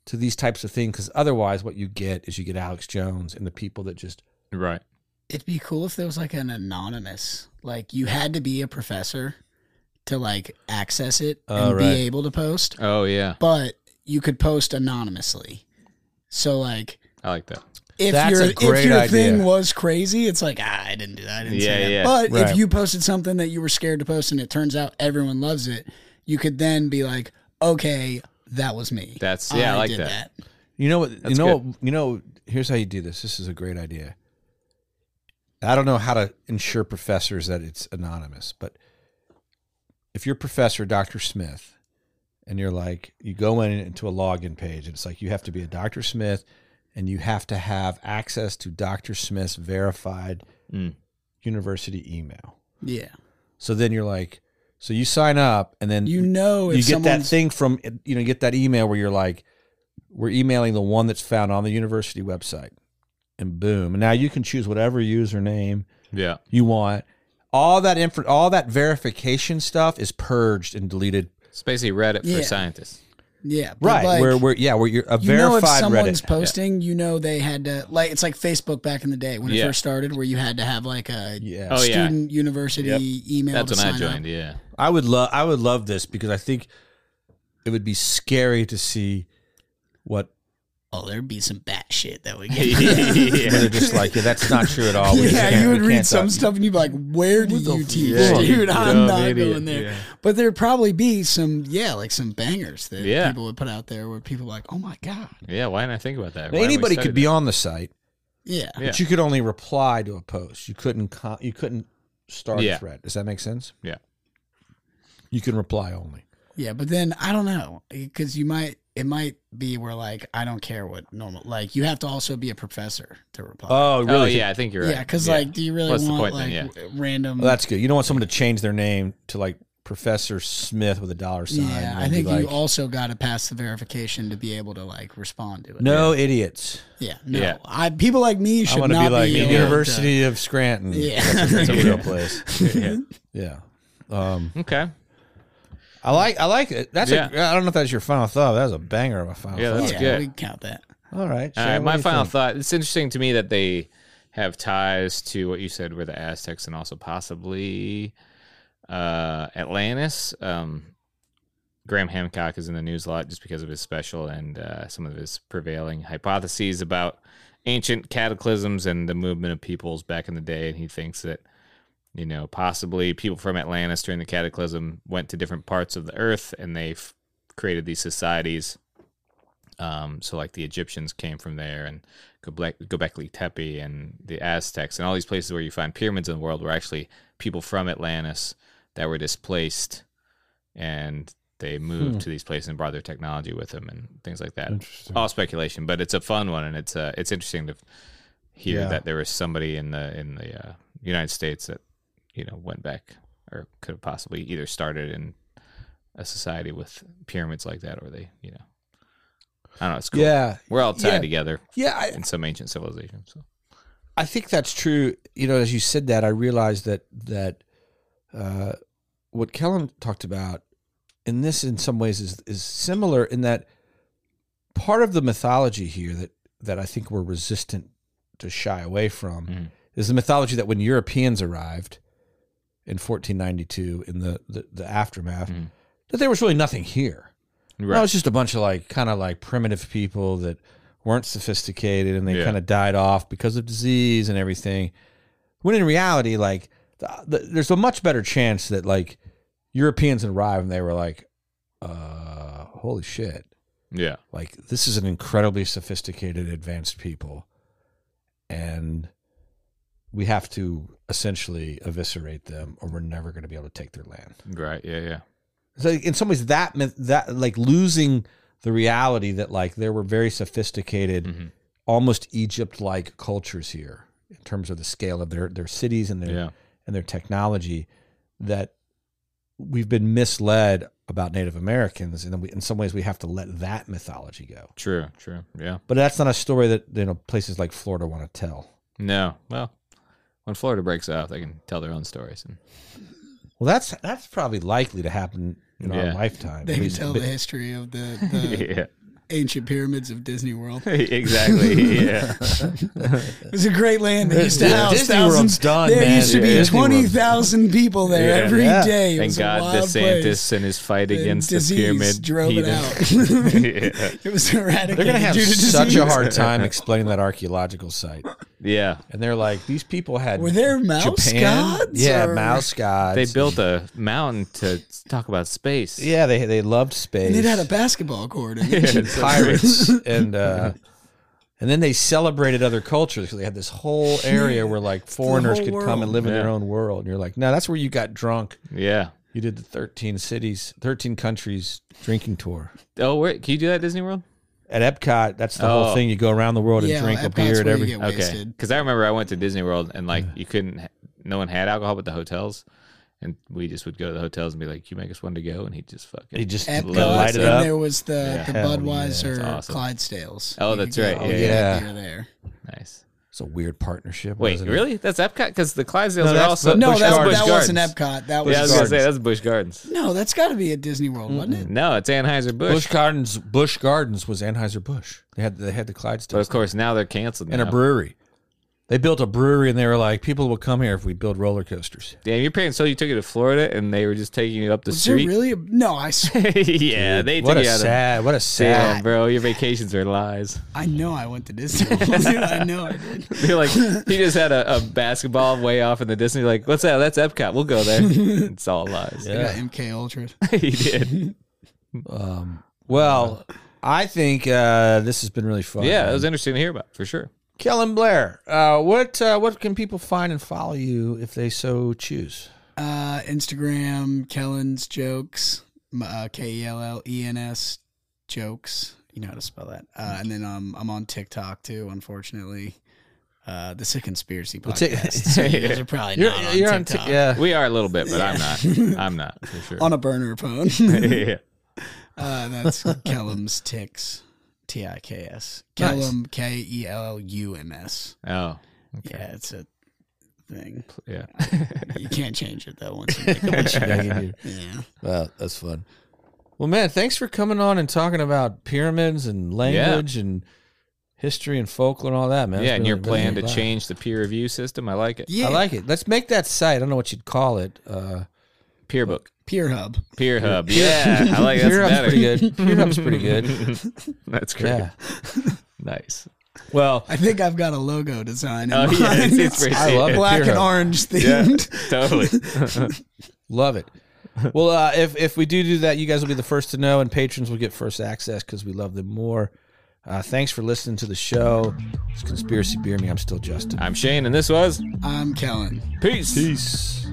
to these types of things because otherwise, what you get is you get Alex Jones and the people that just
Right.
It'd be cool if there was like an anonymous, like you had to be a professor to like access it
Oh,
and
right.
be able to post,
Oh yeah.
but you could post anonymously. So like
I like that.
if
That's
your
a great
if your
idea.
thing was crazy, it's like ah, I didn't do that. I didn't
Yeah,
say that.
yeah.
But
Right.
if you posted something that you were scared to post and it turns out everyone loves it, you could then be like, okay, that was me.
That's- yeah, I like that.
You know what?
That's
you know. What, you know. Here's how you do this. This is a great idea. I don't know how to ensure professors that it's anonymous, but if you're Professor Dr. Smith, and you're like, you go in into a login page, and it's like you have to be a Dr. Smith, and you have to have access to Dr. Smith's verified
Mm.
university email.
Yeah,
So then you're like, so you sign up, and then
you know Oh, if
you get that
someone's-
thing from you know you get that email where you're like we're emailing the one that's found on the university website and boom and now you can choose whatever username
Yeah.
you want all that info all that verification stuff is purged and deleted
It's basically Reddit
Yeah.
for scientists.
yeah, but,
right
like,
where where yeah where you're a
you know if
verified
someone's
reddit
posting, you know they had to like it's like Facebook back in the day when it
Yeah.
first started, where you had to have like a
yeah
Oh, yeah.
student university email.
That's
to
when I
sign up.
joined, yeah.
i would love i would love this because i think it would be scary to see what
Oh, there'd be some bat shit that would get.
where they're
yeah.
just like yeah that's not true at all We
Yeah,
can't-
you would
we
read
can't
some
talk-
stuff and you'd be like, "Where do you teach,
fuck?
dude?
You
I'm
dumb
not
idiot."
going there."
Yeah.
But there'd probably be some, yeah, like some bangers that
Yeah.
people would put out there where people were like, "Oh my god,
Yeah, why didn't I think about that?
Now,
Why didn't we
anybody
study
could be
that?
on the site
yeah,
Yeah.
But you could only reply to a post. You couldn't. co you couldn't start
Yeah.
a thread. Does that make sense?
Yeah.
You can reply only.
yeah." But then I don't know because you might it might be where like I don't care what normal like you have to also be a professor to reply.
Oh, really?
Oh yeah, I think you're right.
yeah, because like, do you really
What's the
want
point
like
then?
w- random?
Well, that's good. You don't want someone to change their name to like Professor Smith with a dollar sign.
yeah,
and
I
be
think you
like,
also got to pass the verification to be able to like respond to it.
No idiots.
yeah, no.
Yeah.
I people like me
I
should
want to
not
be like
able
the
to-
University of Scranton.
Yeah.
That's a, that's a
Yeah.
real place.
yeah.
Yeah. Um,
Okay.
I like. I like it. That's.
Yeah.
A, I don't know if that's your final thought. That was a banger of a final
Yeah,
thought.
that's
yeah,
good.
we can count that.
All right.
All
Shay,
right,
what
my
do you
final
think?
thought. It's interesting to me that they have ties to what you said were the Aztecs and also possibly uh, Atlantis. Um, Graham Hancock is in the news a lot just because of his special and uh, some of his prevailing hypotheses about ancient cataclysms and the movement of peoples back in the day. And he thinks that, you know, possibly people from Atlantis during the cataclysm went to different parts of the earth and they f- created these societies. Um, so like the Egyptians came from there, and Göbekli Göbekli Tepe, and the Aztecs, and all these places where you find pyramids in the world were actually people from Atlantis that were displaced, and they moved
Hmm.
to these places and brought their technology with them and things like that.
Interesting.
All speculation, but it's a fun one, and it's uh, it's interesting to hear
Yeah.
that there was somebody in the in the uh, United States that you know went back or could have possibly either started in a society with pyramids like that, or they you know, I don't know. It's cool.
Yeah.
we're all tied
Yeah.
together
Yeah, I,
in some ancient civilization. So
I think that's true. You know, as you said that, I realized that that uh, what Kellen talked about, and this in some ways is is similar in that part of the mythology here that that I think we're resistant to shy away from
Mhm.
is the mythology that when Europeans arrived in 1492 in the the, the aftermath,
Mhm.
that there was really nothing here.
right,
No, it's just a bunch of like kind of like primitive people that weren't sophisticated and they
Yeah.
kind of died off because of disease and everything. When in reality, like the, the, there's a much better chance that like Europeans arrived and they were like, uh, holy shit.
yeah,
Like this is an incredibly sophisticated, advanced people. And we have to essentially eviscerate them or we're never going to be able to take their land.
right, yeah, yeah,
So in some ways, that meant that like losing the reality that like there were very sophisticated,
Mhm.
almost Egypt-like cultures here in terms of the scale of their their cities and their
yeah,
and their technology that we've been misled about Native Americans, and then we, in some ways we have to let that mythology go.
true, true, yeah.
But that's not a story that you know places like Florida want to tell.
No, well, when Florida breaks up, they can tell their own stories. And
Well, that's that's probably likely to happen in
Yeah.
our lifetime.
They
at
can
least a
tell
bit.
the history of the, the
yeah,
ancient pyramids of Disney World.
exactly, yeah.
It's a great land. They used to
Yeah.
house
Disney
thousands.
World's done,
There
man.
used to be
Yeah.
Disney World's
twenty thousand people there
Yeah.
every day.
Yeah.
It
Thank
was a
God
wild
DeSantis
place.
and his fight
And
against the
disease
pyramid
drove
heathen.
it out. it was eradicated.
They're gonna have
due to
such a
disease.
hard time explaining that archaeological site.
yeah,
And they're like, these people had
Were there mouse
Japan?
gods?
Yeah,
or-
mouse gods.
they built a mountain to talk about space.
Yeah, they they loved space.
And it had a basketball court. In it.
It's so
pirates and uh, and then they celebrated other cultures because they had this whole area where like foreigners
whole
could come and
world.
live in their
Yeah.
own world. And you're like, no, that's where you got drunk.
yeah.
You did the 13 cities, 13 countries drinking tour.
Oh, wait, can you do that at Disney World?
At Epcot, that's the
Oh.
whole thing. You go around the world and
Yeah,
drink a
Epcot's
beer at
where you
every.
get
Okay,
wasted.
because I remember I went to Disney World and like you couldn't, no one had alcohol but the hotels, and we just would go to the hotels and be like, "You make us one to go," and he just fucking
You just
Epcot,
light it
and
up.
there was the,
Yeah.
the
Hell yeah,
Budweiser
that's awesome.
Clydesdales.
Oh,
You
that's
could
right,
get all
yeah,
the
yeah.
beer there.
nice.
It's a weird partnership.
Wait,
wasn't it?
really? That's Epcot because the Clydesdales
No,
are
that's
also
Busch
No,
Busch
that's,
Gardens.
that wasn't Epcot. That was
Yeah, I was gonna
Gardens.
say that's Bush Gardens.
no. That's got to be at Disney World, wasn't it?
No, it's Anheuser
Bush
Busch.
Gardens. Bush Gardens was Anheuser Busch. They had they had the
But
Clydesdales
of course, now they're canceled.
and
now.
a brewery. They built a brewery and they were like, people will come here if we build roller coasters.
Damn, your parents told you took you to Florida, and they were just taking you up the
Was there
street.
really? A, no, I swear.
yeah, they
what
took
a
you out of.
sad, what a
Damn,
sad.
bro, your vacations are lies.
I know I went to Disney World. Dude, I know I did.
You're like, he just had a, a basketball way off in the distance. You're like, what's that? That's Epcot. We'll go there. It's all lies.
Yeah.
I got MK Ultra.
he did.
Um, well, I think uh, this has been really fun.
Yeah, it
man.
was interesting to hear about for sure.
Kellen Blair. Uh, what uh, what can people find and follow you if they so choose?
Uh, Instagram, Kellen's jokes, m- uh, K E L L E N S jokes. You know how to spell that. Uh, and then um, I'm on TikTok too, unfortunately. Uh, the Sick Conspiracy
Well, Tik-
podcast. so you guys are probably
You're,
not
on,
on
you're on
TikTok.
Tik- yeah.
We are a little bit, but I'm not. I'm not for sure.
On a burner phone.
yeah.
uh, that's Kellum's Ticks. T I K S.
Nice.
Kellum K E L L U M S.
Oh.
Yeah, it's a thing.
Yeah.
You can't change it though once you make it. Yeah.
Well, that's fun. Well, man, thanks for coming on and talking about pyramids and language and history and folklore and all that, man.
yeah,
It's
and
been
your
a-
plan
been a
to
blast.
change the peer review system. I like it.
Yeah.
I like it. Let's make that site. I don't know what you'd call it. Uh,
Peer book.
Peer Hub.
Peer hub. Yeah. I like that.
Peer Hub's
better.
pretty good. Peer Hub's pretty good.
That's great.
yeah.
Nice.
Well,
I think I've got a logo design. In
Oh,
mind.
yeah, it's- it's pretty-
I love it. Peer
black and
Hub.
orange themed.
Totally.
Love it. well, uh, if if we do do that, you guys will be the first to know, and patrons will get first access because we love them more. Uh, thanks for listening to the show. It's Conspiracy Beer Me. I'm still Justin.
I'm Shane, and this was
I'm Kellen.
Peace.
Peace.